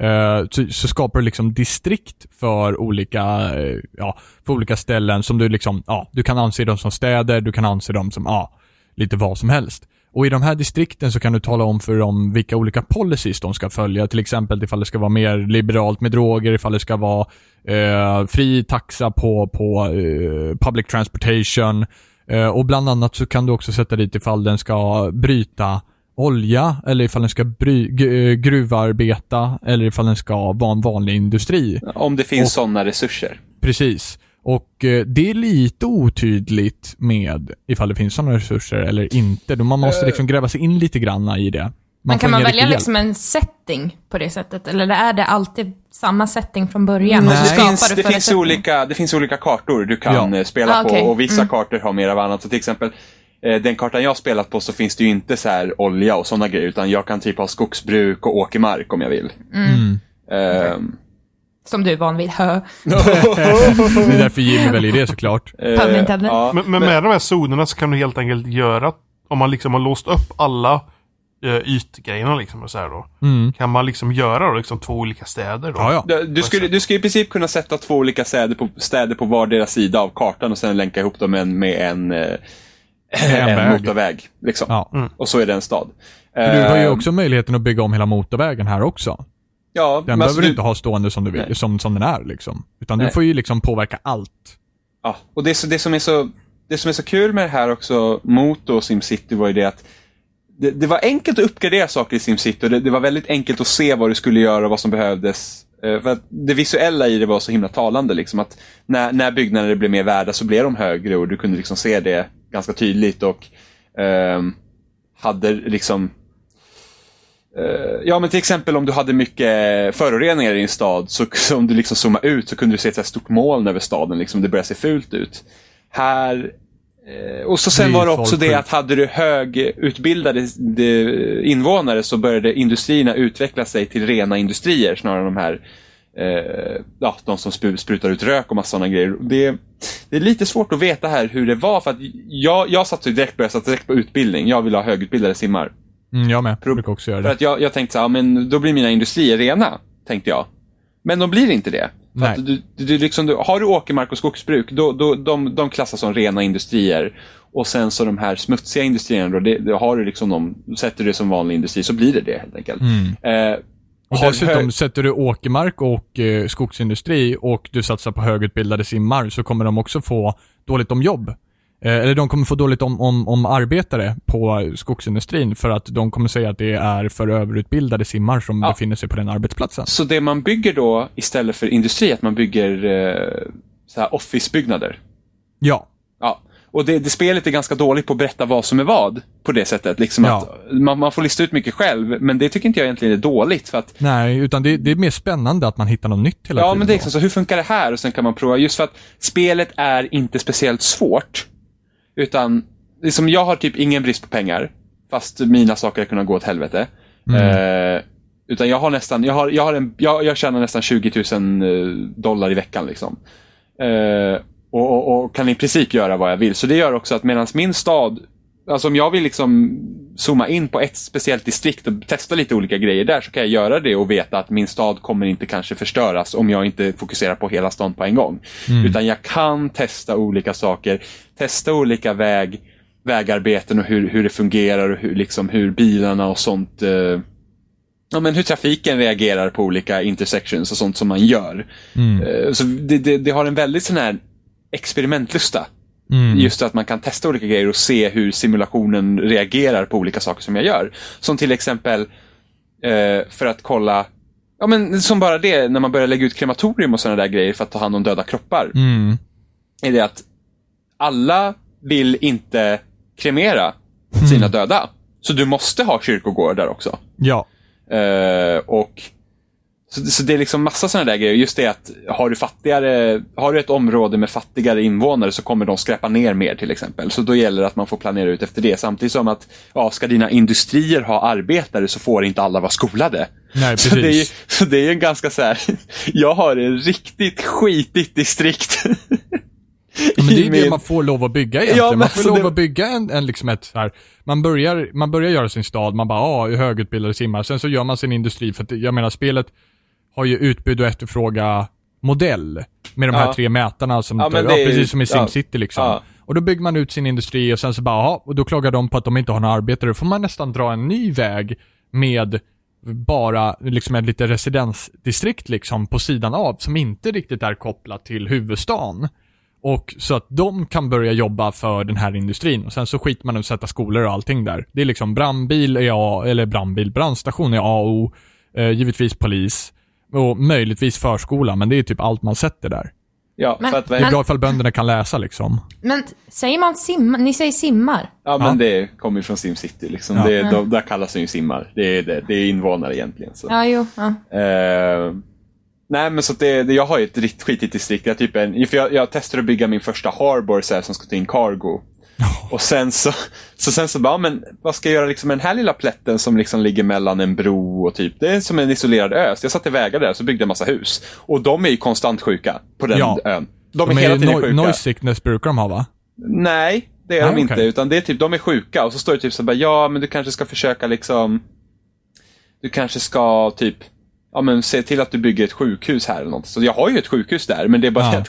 Speaker 2: Eh, så, så skapar du liksom distrikt för olika, eh, ja, för olika ställen som du liksom, ja, du kan anse dem som städer, du kan anse dem som, ja, lite vad som helst. Och i de här distrikten så kan du tala om för dem vilka olika policies de ska följa. Till exempel ifall det ska vara mer liberalt med droger, ifall det ska vara eh, fri taxa på, på eh, public transportation. Eh, och bland annat så kan du också sätta dit ifall den ska bryta olja eller ifall den ska bry, g- eh, gruvarbeta eller ifall den ska vara en vanlig industri.
Speaker 1: eh, om det finns sådana resurser.
Speaker 2: Precis. Och eh, det är lite otydligt med ifall det finns sådana resurser eller inte. Då man måste liksom gräva sig in lite granna i det. Man
Speaker 4: Men
Speaker 2: får
Speaker 4: kan man
Speaker 2: ingen riktig
Speaker 4: välja
Speaker 2: hjälp.
Speaker 4: liksom en setting på det sättet? Eller är det alltid samma setting från början?
Speaker 2: Nej.
Speaker 4: Och så
Speaker 1: Det
Speaker 4: skapar
Speaker 1: finns,
Speaker 4: du
Speaker 1: det, finns
Speaker 4: förutsättningar?
Speaker 1: olika, det finns olika kartor du kan
Speaker 2: Ja.
Speaker 1: eh, spela
Speaker 4: Ah, okej.
Speaker 1: på och vissa kartor har mer av annat. Så till exempel eh, den kartan jag har spelat på så finns det ju inte så här olja och sådana grejer utan jag kan typ ha skogsbruk och åkermark om jag vill.
Speaker 4: Mm.
Speaker 2: Mm.
Speaker 1: Ehm,
Speaker 4: Som du är van vid. Hö.
Speaker 2: Det är därför Jimmy väljer det såklart.
Speaker 4: Pun
Speaker 1: eh,
Speaker 4: intended.
Speaker 1: ja.
Speaker 3: Men, men med de här zonerna så kan du helt enkelt göra, om man liksom har låst upp alla eh, ytgrejerna liksom och så här då. Kan man liksom göra då liksom två olika städer då?
Speaker 2: Mm. Ja, ja.
Speaker 1: Du- Du skulle, du skulle i princip kunna sätta två olika städer på, städer på vardera sida av kartan och sen länka ihop dem med en, med en, eh,
Speaker 2: En
Speaker 1: en
Speaker 2: väg.
Speaker 1: motorväg. Liksom.
Speaker 2: Ja.
Speaker 1: Och så är det en stad.
Speaker 2: För du har ju
Speaker 1: Ehm,
Speaker 2: också möjligheten att bygga om hela motorvägen här också.
Speaker 1: ja, men
Speaker 2: Den
Speaker 1: alltså
Speaker 2: behöver du inte ha stående som, du vill, som, som den är liksom. Utan
Speaker 1: Nej.
Speaker 2: du får ju liksom påverka allt.
Speaker 1: Ja, och det, så- det, som är så, det som är så kul med det här också mot då SimCity var ju det att det, det var enkelt att uppgradera saker i SimCity och det, det var väldigt enkelt att se vad du skulle göra och vad som behövdes. Eh, För att det visuella i det var så himla talande. Liksom, att när, när byggnader blev mer värda så blev de högre och du kunde liksom se det ganska tydligt. och ehm, hade liksom Eh, Ja, men till exempel om du hade mycket föroreningar i din stad, så, så om du liksom zoomade ut så kunde du se ett så här stort moln över staden. Liksom, det började se fult ut. Här... eh, Och så sen
Speaker 2: Blir
Speaker 1: var det också
Speaker 2: folk
Speaker 1: det
Speaker 2: sjuka.
Speaker 1: att hade du högutbildade de- invånare så började industrierna utveckla sig till rena industrier snarare än de här eh, ja, de som spu- sprutar ut rök och massa sådana grejer. Det, det är lite svårt att veta här hur det var för att jag, jag satsade ju direkt på, jag satsade direkt på utbildning. Jag vill ha högutbildade simmar.
Speaker 2: Mm, jag med.
Speaker 1: Pro-
Speaker 2: Jag brukar också göra
Speaker 1: För
Speaker 2: det.
Speaker 1: att jag, jag tänkte så här, men då blir mina industrier rena, tänkte jag. Men de blir inte det. För
Speaker 2: Nej.
Speaker 1: att du, du, du liksom, du, har du åkermark och skogsbruk, då, då, de, de klassas som rena industrier. Och sen så de här smutsiga industrierna, då, det, det har du liksom dem, sätter du det som vanlig industri så blir det det helt enkelt. Eh,
Speaker 2: Mm. Och
Speaker 1: har du
Speaker 2: dessutom,
Speaker 1: hö-
Speaker 2: sätter du åkermark och eh, skogsindustri och du satsar på högutbildade simmar så kommer de också få dåligt om jobb. Eh, eller de kommer få dåligt om, om, om arbetare på skogsindustrin för att de kommer säga att det är för överutbildade simmar som befinner sig på den arbetsplatsen.
Speaker 1: Så det man bygger då istället för industri, att man bygger eh, så här officebyggnader.
Speaker 2: Ja.
Speaker 1: Ja. Och det, det spelet är ganska dåligt på att berätta vad som är vad på det sättet. Liksom
Speaker 2: Ja.
Speaker 1: att man, man får lista ut mycket själv, men det tycker inte jag egentligen är dåligt. För att
Speaker 2: Nej, utan det, det är mer spännande att man hittar något nytt hela
Speaker 1: Ja,
Speaker 2: tiden.
Speaker 1: men det är
Speaker 2: då.
Speaker 1: liksom så. Hur funkar det här? Och sen kan man prova. Just för att spelet är inte speciellt svårt. Utan, liksom jag har typ ingen brist på pengar. Fast mina saker har kunnat gå åt helvete.
Speaker 2: Mm.
Speaker 1: Eh, utan jag har nästan, jag har, jag har en, jag, jag tjänar nästan 20 000 eh, dollar i veckan liksom. Eh, och, och, och kan i princip göra vad jag vill. Så det gör också att medan min stad, alltså om jag vill liksom zooma in på ett speciellt distrikt och testa lite olika grejer där så kan jag göra det och veta att min stad kommer inte kanske förstöras om jag inte fokuserar på hela stan på en gång. Utan jag kan testa olika saker, testa olika väg, vägarbeten och hur, hur det fungerar och hur, liksom, hur bilarna och sånt eh, ja, men hur trafiken reagerar på olika intersections och sånt som man gör.
Speaker 2: Mm.
Speaker 1: Eh, Så det, det, det har en väldigt sån här experimentlusta.
Speaker 2: Mm.
Speaker 1: Just att man kan testa olika grejer och se hur simulationen reagerar på olika saker som jag gör. Som till exempel eh, för att kolla Ja men som bara det, när man börjar lägga ut krematorium och sådana där grejer för att ta hand om döda kroppar.
Speaker 2: Mm.
Speaker 1: Är det att alla vill inte kremera sina döda. Så du måste ha kyrkogårdar också.
Speaker 2: Ja.
Speaker 1: Eh, och så, så det är liksom massa sådana där grejer. Just det att har du, fattigare, har du ett område med fattigare invånare så kommer de skräpa ner mer till exempel. Så då gäller det att man får planera ut efter det. Samtidigt som att ja, ska dina industrier ha arbetare så får inte alla vara skolade.
Speaker 2: Nej,
Speaker 1: Så det, är, ju-
Speaker 2: precis.
Speaker 1: så det är ju en ganska så här. Jag har en riktigt skitigt distrikt.
Speaker 2: Ja, men det är ju
Speaker 1: I min-
Speaker 2: det man får lov att bygga egentligen.
Speaker 1: Ja, men
Speaker 2: man får
Speaker 1: så
Speaker 2: lov
Speaker 1: det-
Speaker 2: att bygga en, en liksom ett så här, man börjar, man börjar göra sin stad, man bara ah, högutbildade simmare. Sen så gör man sin industri för att, jag menar spelet har ju utbud och efterfråga modell med de här
Speaker 1: Ja.
Speaker 2: tre mätarna som,
Speaker 1: Ja,
Speaker 2: ja,
Speaker 1: men det är ju-
Speaker 2: precis som i
Speaker 1: ja.
Speaker 2: SimCity liksom.
Speaker 1: Ja.
Speaker 2: Och då bygger man ut sin industri och sen så bara, aha, och då klagar de på att de inte har några arbetare. Då får man nästan dra en ny väg med bara liksom ett litet residensdistrikt liksom på sidan av som inte riktigt är kopplat till huvudstaden. Och så att de kan börja jobba för den här industrin och sen så skiter man i att sätta skolor och allting där. Det är liksom brandbil är A, eller brandbil, brandstation är A och O, eh, givetvis polis och möjligtvis förskola men det är typ allt man sätter där.
Speaker 1: Ja,
Speaker 4: Men-
Speaker 1: för att,
Speaker 2: Det är
Speaker 4: Men-
Speaker 2: bra ifall bönderna kan läsa liksom.
Speaker 4: Men säger man simmar? Ni säger simmar?
Speaker 1: ja, men
Speaker 2: Ja.
Speaker 1: det kommer ju från SimCity. Liksom.
Speaker 2: Ja.
Speaker 1: Det, de, där kallas de ju simmar. Det är, det, det är invånare egentligen. Så.
Speaker 4: Ja, jo. Ja.
Speaker 1: Eh, nej, men så att det, det, jag har ju ett riktigt skitigt distrikt. Jag, typ en, för jag, jag testade att bygga min första harbor så här, som ska ta in cargo. Och sen så, så sen så bara, men vad ska jag göra liksom med den här lilla plätten som liksom ligger mellan en bro och typ, det är som en isolerad ö. Så jag satte vägar där så byggde jag massa hus. Och de är ju konstant sjuka på den
Speaker 2: Ja.
Speaker 1: ön. De är,
Speaker 2: De
Speaker 1: hela
Speaker 2: är
Speaker 1: tiden
Speaker 2: no-
Speaker 1: sjuka.
Speaker 2: noise sickness brukar de ha va?
Speaker 1: Nej, det är
Speaker 2: Nej,
Speaker 1: de
Speaker 2: okej.
Speaker 1: inte. Utan det är typ, de är sjuka och så står det typ så här, bara, ja men du kanske ska försöka liksom, du kanske ska typ, ja men se till att du bygger ett sjukhus här eller något. Så jag har ju ett sjukhus där, men det är bara
Speaker 2: Ja.
Speaker 1: det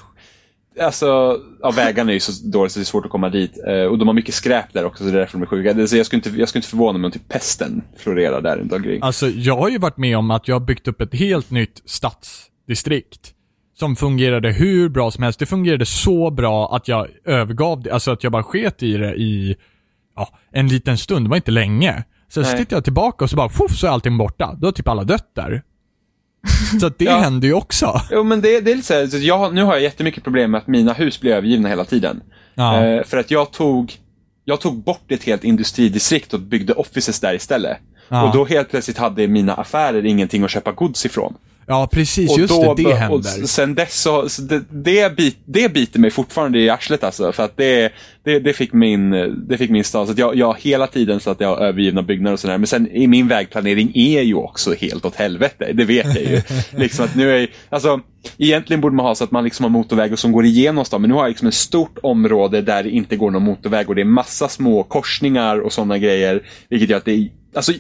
Speaker 1: att, alltså, ja, vägarna är ju så dåliga så det är svårt att komma dit. Eh, och de har mycket skräp där också, så det är därför de är sjuka. Det, så jag, skulle inte, jag skulle inte förvåna mig om typ pesten florerar där runt omkring.
Speaker 2: Alltså jag har ju varit med om att jag har byggt upp ett helt nytt stadsdistrikt. Som fungerade hur bra som helst. Det fungerade så bra att jag övergav det. Alltså att jag bara sket i det i ja, en liten stund. Det var inte länge. Sen så
Speaker 1: Nej.
Speaker 2: tittar jag tillbaka och så bara fuff, så är allting borta. Då har typ alla dött där. så att det
Speaker 1: Ja.
Speaker 2: händer ju också.
Speaker 1: Jo, men det, det är lite så här, så jag, har- nu har jag jättemycket problem med att mina hus blir övergivna hela tiden.
Speaker 2: Ja.
Speaker 1: Eh, för att jag tog, jag tog bort ett helt industridistrikt och byggde offices där istället.
Speaker 2: Ja.
Speaker 1: Och då helt plötsligt hade mina affärer ingenting att köpa gods ifrån.
Speaker 2: Ja, precis.
Speaker 1: Och
Speaker 2: Just
Speaker 1: då,
Speaker 2: det. Det
Speaker 1: och
Speaker 2: händer.
Speaker 1: sen dess så, så det, det, bit, det biter mig fortfarande i arslet alltså. För att det, det, det, fick min, det fick min stad. Så att jag, jag hela tiden så att jag har övergivna byggnader och sådär. Men sen i min vägplanering är ju också helt åt helvete. Det vet jag ju. liksom att nu är, alltså, egentligen borde man ha så att man liksom har motorvägar som går igenom stan. Men nu har jag liksom ett stort område där det inte går någon motorväg. Och det är massa små korsningar och sådana grejer. Vilket gör att det är, alltså,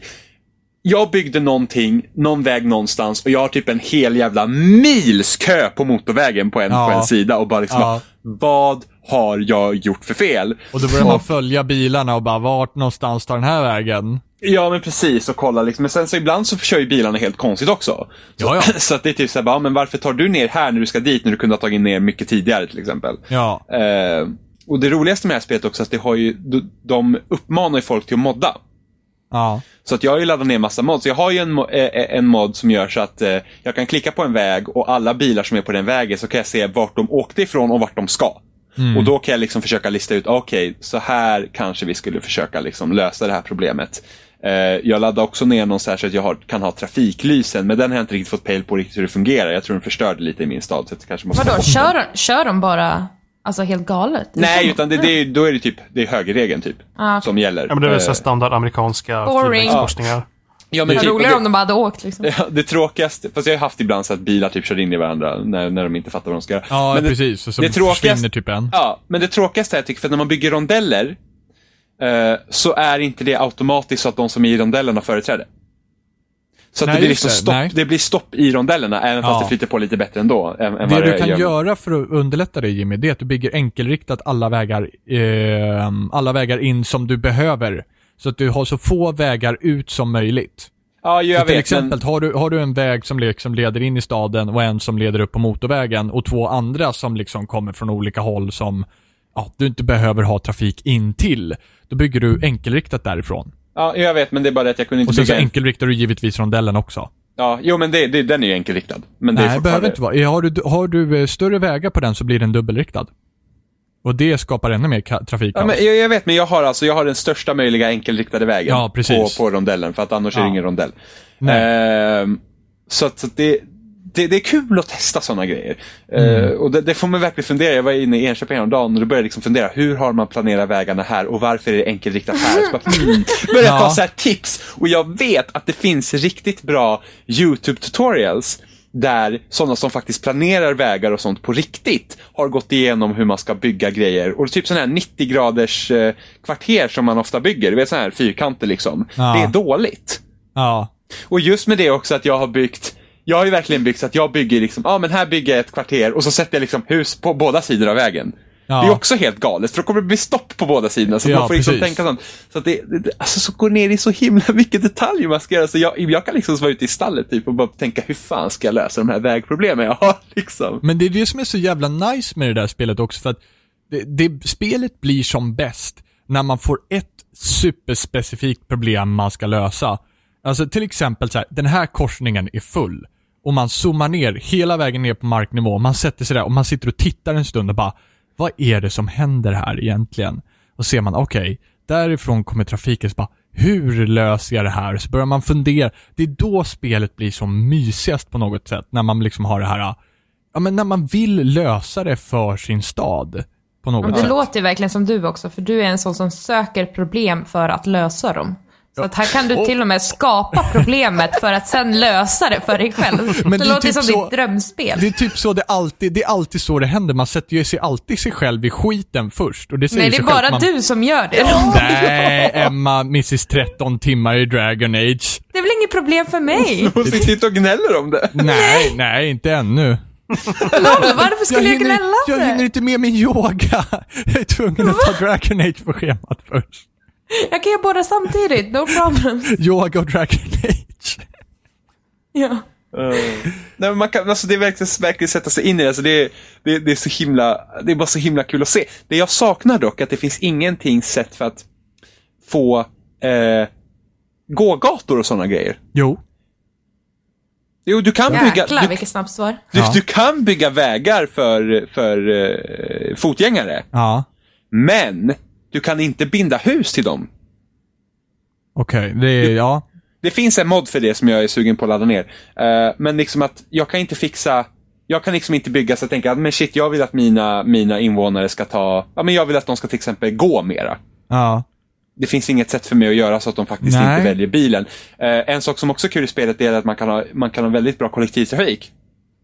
Speaker 1: jag byggde någonting, någon väg någonstans och jag har typ en hel jävla mils kö på motorvägen på en,
Speaker 2: Ja.
Speaker 1: på en sida och bara liksom
Speaker 2: Ja.
Speaker 1: bara, vad har jag gjort för fel?
Speaker 2: Och då börjar man följa bilarna och bara vart någonstans tar den här vägen?
Speaker 1: Ja men precis och kolla liksom. Men sen så ibland så kör ju bilarna helt konstigt också. Så,
Speaker 2: Ja, ja.
Speaker 1: så att det är typ såhär, bara, ja, men varför tar du ner här när du ska dit när du kunde ha tagit ner mycket tidigare till exempel?
Speaker 2: Ja.
Speaker 1: Eh, Och det roligaste med det här spelet också är att det har ju, de- de uppmanar ju folk till att modda.
Speaker 2: Ja.
Speaker 1: Så att jag har ju laddat ner massa mods. Jag har ju en, mo- eh, eh, en mod som gör så att eh, jag kan klicka på en väg och alla bilar som är på den vägen så kan jag se vart de åkte ifrån och vart de ska.
Speaker 3: Mm.
Speaker 1: Och då kan jag liksom försöka lista ut, okej, så här kanske vi skulle försöka liksom lösa det här problemet. Eh, jag laddade också ner någon så här så att jag har, kan ha trafiklysen, men den har jag inte riktigt fått pejl på riktigt hur det fungerar. Jag tror den förstörde lite i min stad. Så att jag kanske måste ta
Speaker 4: Vadå,
Speaker 1: bort
Speaker 4: kör,
Speaker 1: den.
Speaker 4: de- kör de bara alltså helt galet?
Speaker 1: Nej, utan det, det, är- då är det typ det är högerregeln typ,
Speaker 4: Liksom- Ah, okej.
Speaker 1: som gäller.
Speaker 3: Ja, men det är väl
Speaker 1: Eh,
Speaker 3: så här standard amerikanska
Speaker 4: Boring.
Speaker 3: tillväxtforskningar.
Speaker 1: ja, men
Speaker 4: Det var
Speaker 1: typ, och
Speaker 4: roligare
Speaker 1: det-
Speaker 4: om de bara hade åkt liksom.
Speaker 1: Ja, det tråkigaste, fast jag har haft ibland så att bilar typ kör in i varandra när, när de inte fattar vad de ska göra.
Speaker 2: Ja,
Speaker 1: Men det-
Speaker 2: precis. Och så
Speaker 1: det tråkigaste-
Speaker 2: försvinner typ en.
Speaker 1: Ja, men det tråkigaste jag tycker, för när man bygger rondeller eh, så är inte det automatiskt så att de som är i rondellerna har företräde. Så att
Speaker 2: Nej,
Speaker 1: det, blir
Speaker 2: just
Speaker 1: liksom
Speaker 2: det.
Speaker 1: stopp,
Speaker 2: Nej.
Speaker 1: det blir stopp i rondellerna, även
Speaker 2: Ja.
Speaker 1: fast det flyter på lite bättre ändå. Än, än
Speaker 2: Det
Speaker 1: vad
Speaker 2: du kan
Speaker 1: gör.
Speaker 2: göra för att underlätta det Jimmy, det är att du bygger enkelriktat alla vägar, eh, alla vägar in som du behöver. Så att du har så få vägar ut som möjligt.
Speaker 1: Ja, jag
Speaker 2: Så till
Speaker 1: vet,
Speaker 2: exempel,
Speaker 1: men,
Speaker 2: har, du, har du en väg som liksom leder in i staden och en som leder upp på motorvägen och två andra som liksom kommer från olika håll som ja, du inte behöver ha trafik in till. Då bygger du enkelriktat därifrån.
Speaker 1: ja, jag vet, men det är bara det att jag kunde inte
Speaker 2: Och sen så
Speaker 1: bygga en...
Speaker 2: enkelriktar du givetvis rondellen också.
Speaker 1: Ja, jo, men det, det, den är ju enkelriktad. Men det är
Speaker 2: Nej, det
Speaker 1: fortfarande-
Speaker 2: behöver inte vara. Har du, har du eh, större vägar på den så blir den dubbelriktad. Och det skapar ännu mer ka-
Speaker 1: Ja,
Speaker 2: trafikkaos.
Speaker 1: men jag, jag vet, men jag har alltså jag har den största möjliga enkelriktade vägen
Speaker 2: Ja, precis.
Speaker 1: På, på rondellen, för att annars är det
Speaker 2: Ja.
Speaker 1: ingen rondell.
Speaker 2: Nej.
Speaker 1: Ehm, så att så att det, det, det är kul att testa sådana grejer. Ehm,
Speaker 2: Mm.
Speaker 1: och det, det får man verkligen fundera. Jag var inne i Enköping häromdagen och då började jag liksom fundera, hur har man planerat vägarna här och varför är det enkelriktat här? Så bara, mm. Började
Speaker 2: Ja.
Speaker 1: ta så här tips. Och jag vet att det finns riktigt bra YouTube-tutorials där sådana som faktiskt planerar vägar och sånt på riktigt har gått igenom hur man ska bygga grejer. Och typ sådana här 90 graders eh, kvarter som man ofta bygger, du vet sådana här fyrkanter liksom.
Speaker 2: Ja.
Speaker 1: Det är dåligt.
Speaker 2: ja.
Speaker 1: Och just med det också att jag har byggt jag har ju verkligen byggt så att jag bygger liksom, ja ah, men här bygger jag ett kvarter och så sätter jag liksom hus på båda sidor av vägen.
Speaker 2: Ja.
Speaker 1: Det är också helt galet för då kommer det bli stopp på båda sidorna. Så att
Speaker 2: Ja,
Speaker 1: man får liksom
Speaker 2: precis.
Speaker 1: tänka sånt. Så att det, det- det alltså så går ner i så himla mycket detaljer man ska göra. Så jag, jag kan liksom vara ute i stallet typ och bara tänka hur fan ska jag lösa de här vägproblemen jag har liksom.
Speaker 2: Men det är det som är så jävla nice med det där spelet också för att det, det, spelet blir som bäst när man får ett superspecifikt problem man ska lösa. Alltså till exempel så här, den här korsningen är full. Och man zoomar ner hela vägen ner på marknivå. Man sätter sig där och man sitter och tittar en stund och bara, vad är det som händer här egentligen? Och ser man, okej, därifrån kommer trafiken. Så bara, hur löser jag det här? Så börjar man fundera. Det är då spelet blir som mysigast på något sätt. När man liksom har det här, ja men när man vill lösa det för sin stad. På något
Speaker 4: Men det
Speaker 2: sätt.
Speaker 4: låter ju verkligen som du också, för du är en sån som söker problem för att lösa dem. Så att här kan du till och med skapa problemet för att sen lösa det för dig själv.
Speaker 2: Men
Speaker 4: det,
Speaker 2: det är
Speaker 4: låter ju
Speaker 2: typ
Speaker 4: som
Speaker 2: så-
Speaker 4: ditt drömspel.
Speaker 2: Det är typ så det alltid, det är alltid så det händer. Man sätter ju sig alltid sig själv i skiten först. Och det säger
Speaker 4: Nej, det är
Speaker 2: sig självt
Speaker 4: bara
Speaker 2: att man,
Speaker 4: du som gör det.
Speaker 2: Nej, Emma, Mrs 13 timmar i Dragon Age.
Speaker 4: Det är väl inget problem för mig?
Speaker 1: Och så sitter och gnäller om det.
Speaker 2: Nej, nej, inte ännu.
Speaker 4: Lol, varför skulle jag, gnälla om
Speaker 2: jag
Speaker 4: det?
Speaker 2: hinner inte med min yoga. Jag är tvungen att ta Dragon Age på schemat först.
Speaker 4: Jag kan göra båda samtidigt, no problem.
Speaker 2: Yoga och Dragon Age.
Speaker 4: Ja.
Speaker 1: Eh, Nej, men man kan, alltså det är verkligen, verkligen sätta sig in i det. Alltså det, är- det, är- det, är så himla, det är bara så himla kul att se. Det jag saknar dock är att det finns ingenting sätt för att få eh, gågator och sådana grejer.
Speaker 2: Jo.
Speaker 1: Jo, du kan
Speaker 4: Jäklar
Speaker 1: bygga, du,
Speaker 4: vilket snabbt svar.
Speaker 1: du,
Speaker 2: Ja.
Speaker 1: du kan bygga vägar för, för eh, fotgängare,
Speaker 2: Ja.
Speaker 1: men du kan inte binda hus till dem.
Speaker 2: Okej, det är, ja.
Speaker 1: Det finns en mod för det som jag är sugen på att ladda ner. Eh, men liksom att jag kan inte fixa jag kan liksom inte bygga så jag tänker att men shit, jag vill att mina, mina invånare ska ta, ja men jag vill att de ska till exempel gå mera.
Speaker 2: Ja.
Speaker 1: Det finns inget sätt för mig att göra så att de faktiskt
Speaker 2: Nej.
Speaker 1: inte väljer bilen. Eh, en sak som också är kul i spelet är att man kan ha, man kan ha väldigt bra kollektivtrafik.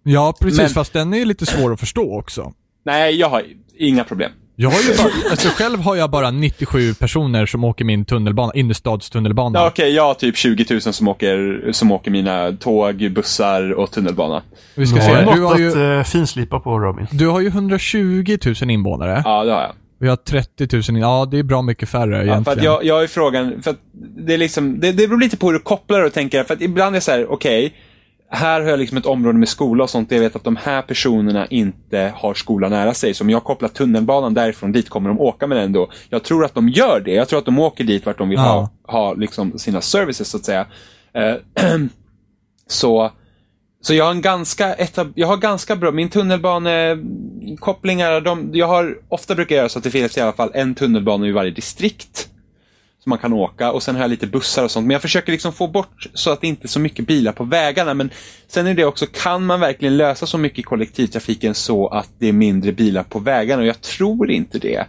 Speaker 2: Ja, precis.
Speaker 1: Men-
Speaker 2: Fast den är lite svår att förstå också.
Speaker 1: Nej, jag har inga problem.
Speaker 2: Jag har ju bara, alltså själv har jag bara 97 personer som åker min tunnelbana, innerstadstunnelbana.
Speaker 1: Ja, Okej, jag har typ 20 000 som åker, som åker mina tåg, bussar och tunnelbana.
Speaker 2: Vi ska
Speaker 3: Det
Speaker 2: se,
Speaker 3: är
Speaker 2: du
Speaker 3: något
Speaker 2: har
Speaker 3: att
Speaker 2: ju,
Speaker 3: eh, finslipa på Robin.
Speaker 2: du har ju 120 000 invånare.
Speaker 1: Ja, det har jag.
Speaker 2: Vi har 30 000 in... Ja, det är bra mycket färre egentligen.
Speaker 1: Ja, för att jag, jag är frågan, för att det, är liksom, det, det beror lite på hur du kopplar och tänker. För att ibland är det så här, okej, här har jag liksom ett område med skola och sånt. Där jag vet att de här personerna inte har skola nära sig. Så om jag kopplar tunnelbanan därifrån dit kommer de åka med den då. Jag tror att de gör det. Jag tror att de åker dit vart de vill ha, ha liksom sina services så att säga. Eh, så så jag har en ganska, etab- jag har ganska bra, min tunnelbanekopplingar, de, jag har, ofta brukar jag göra så att det finns i alla fall en tunnelbana i varje distrikt. Som man kan åka och sen har jag lite bussar och sånt. Men jag försöker liksom få bort så att det inte är så mycket bilar på vägarna. Men sen är det också, kan man verkligen lösa så mycket i kollektivtrafiken så att det är mindre bilar på vägarna? Och jag tror inte det.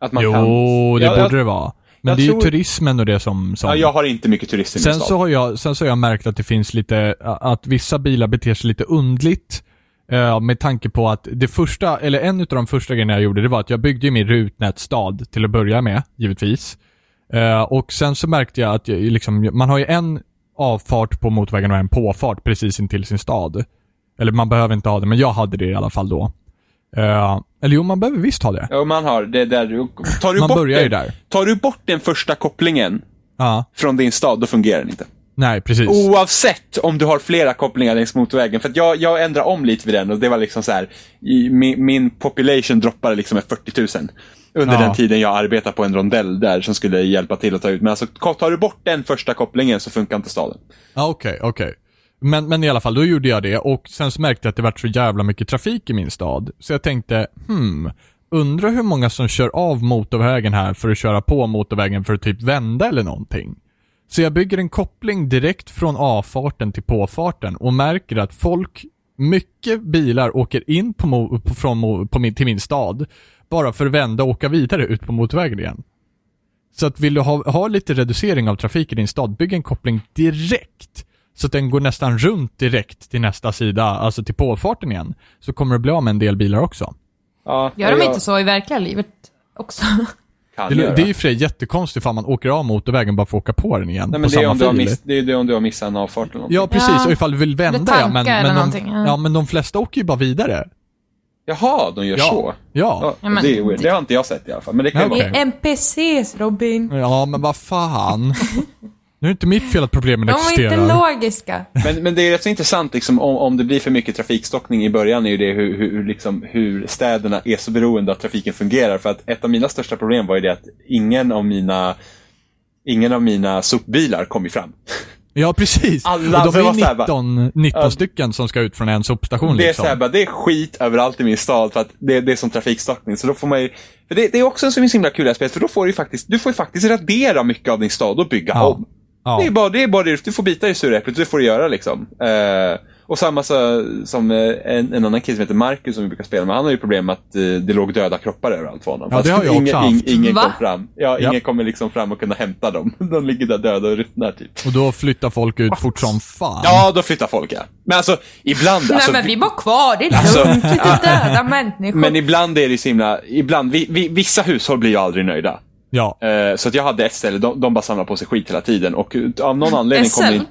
Speaker 1: Att man
Speaker 2: Jo,
Speaker 1: kan...
Speaker 2: det
Speaker 1: Ja,
Speaker 2: borde
Speaker 1: jag,
Speaker 2: det vara. Men
Speaker 1: jag
Speaker 2: det är ju
Speaker 1: tror-
Speaker 2: turismen och det som... som...
Speaker 1: ja, jag har inte mycket turister i min
Speaker 2: Sen
Speaker 1: stad.
Speaker 2: så, har jag, sen så har jag märkt att det finns lite, att vissa bilar beter sig lite undligt. eh, med tanke på att det första, eller en av de första grejerna jag gjorde, det var att jag byggde ju min rutnätstad till att börja med, givetvis. Eh, och sen så märkte jag att jag, liksom, man har ju en avfart på motorvägen och en påfart precis intill sin stad. Eller man behöver inte ha det, men jag hade det i alla fall då. Eh, eller jo, man behöver visst ha det.
Speaker 1: Jo, man har. Det är där du, tar du
Speaker 2: Man
Speaker 1: bort
Speaker 2: börjar
Speaker 1: den,
Speaker 2: ju där.
Speaker 1: Tar du bort den första kopplingen
Speaker 2: Ja,
Speaker 1: från din stad, då fungerar den inte.
Speaker 2: nej precis.
Speaker 1: Oavsett om du har flera kopplingar längs motorvägen. För att jag, jag ändrade om lite vid den och det var liksom så här. I, min, min population droppade liksom med 40 000. Under
Speaker 2: Ja.
Speaker 1: den tiden jag arbetade på en rondell där som skulle hjälpa till att ta ut. Men alltså, ko- tar du bort den första kopplingen så funkar inte staden.
Speaker 2: Ja, okej, okej. Men, men i alla fall, då gjorde jag det och sen så märkte jag att det vart så jävla mycket trafik i min stad. Så jag tänkte, hmm, undrar hur många som kör av motorvägen här för att köra på motorvägen för att typ vända eller någonting. Så jag bygger en koppling direkt från avfarten till påfarten och märker att folk, mycket bilar åker in på, mo- på, från, mo- på min, till min stad bara för att vända och åka vidare ut på motorvägen igen. Så att vill du ha, ha lite reducering av trafik i din stad, bygg en koppling direkt. Så att den går nästan runt direkt till nästa sida, alltså till påfarten igen. Så kommer du bli av med en del bilar också.
Speaker 1: Ja,
Speaker 4: Gör de inte så i verkliga livet också?
Speaker 1: Kan
Speaker 2: Det,
Speaker 1: göra.
Speaker 2: det är ju för sig jättekonstigt ifall man åker av motorvägen bara för att åka på den igen.
Speaker 1: Nej,
Speaker 2: på
Speaker 1: men det, är
Speaker 2: samma
Speaker 1: om du har
Speaker 2: fil.
Speaker 1: miss, det är det om du har missat en avfart eller något.
Speaker 2: Ja, precis.
Speaker 4: Ja.
Speaker 2: Och ifall du vill vända
Speaker 4: Eller
Speaker 2: ja. Men,
Speaker 4: tankar
Speaker 2: men,
Speaker 4: eller
Speaker 2: de,
Speaker 4: någonting, ja.
Speaker 2: ja, men de flesta åker ju bara vidare.
Speaker 1: Jaha, de gör
Speaker 2: Ja.
Speaker 1: så.
Speaker 2: Ja.
Speaker 1: Ja,
Speaker 4: Ja, men-
Speaker 1: det är weird. Det har inte jag sett i alla fall. Men det kan ju
Speaker 2: Nej,
Speaker 1: vara.
Speaker 4: Det är NPCs Robin.
Speaker 2: Ja, men vad fan. Nu är det inte mitt fel att problemen
Speaker 4: De är inte
Speaker 2: existerar.
Speaker 4: logiska.
Speaker 1: Men, men det är rätt så intressant liksom, om, om det blir för mycket trafikstockning i början är ju det hur, hur, liksom, hur städerna är så beroende att trafiken fungerar. För att ett av mina största problem var ju det att ingen av mina Ingen av mina sopbilar kom ju fram.
Speaker 2: Ja, precis.
Speaker 1: Alla-
Speaker 2: och de
Speaker 1: det var
Speaker 2: är
Speaker 1: så här,
Speaker 2: ju
Speaker 1: va?
Speaker 2: 19, 19
Speaker 1: Ja.
Speaker 2: stycken som ska ut från en sopstation.
Speaker 1: Det är,
Speaker 2: liksom.
Speaker 1: så här, bara, det är skit överallt i min stad för att det, det är som trafikstockning. Så då får man ju, för det, det är också en så himla kul aspekt för då får du ju faktiskt, du får ju faktiskt radera mycket av din stad och bygga
Speaker 2: Ja.
Speaker 1: om.
Speaker 2: Ja.
Speaker 1: Det är bara det, är bara det du får bita i det sura äpplet, det får du göra liksom. Eh, och samma så, som eh, en, en annan kille som heter Marcus som vi brukar spela med, han har ju problem med att eh, det låg döda kroppar överallt för honom.
Speaker 2: Ja, det har jag
Speaker 1: ingen,
Speaker 2: också haft.
Speaker 1: ingen
Speaker 4: Va?
Speaker 1: kom fram. Ja,
Speaker 2: Ja.
Speaker 1: ingen kommer liksom fram och kunna hämta dem. De ligger där döda och ruttnar typ.
Speaker 2: Och då flyttar folk ut fort som fan.
Speaker 1: Ja, då flyttar folk ja. Men alltså, ibland... alltså,
Speaker 4: Nej men
Speaker 1: vi-
Speaker 4: vi bor kvar, det är
Speaker 1: Alltså-
Speaker 4: lugnt. Lite döda människor.
Speaker 1: men ibland är det ju så himla, ibland, vi, vi, vissa hushåll blir ju aldrig nöjda.
Speaker 2: Ja.
Speaker 1: Eh, så att jag hade ett ställe, de, de bara samlar på sig skit hela tiden och ut- av någon anledning kom
Speaker 4: SL.
Speaker 1: in,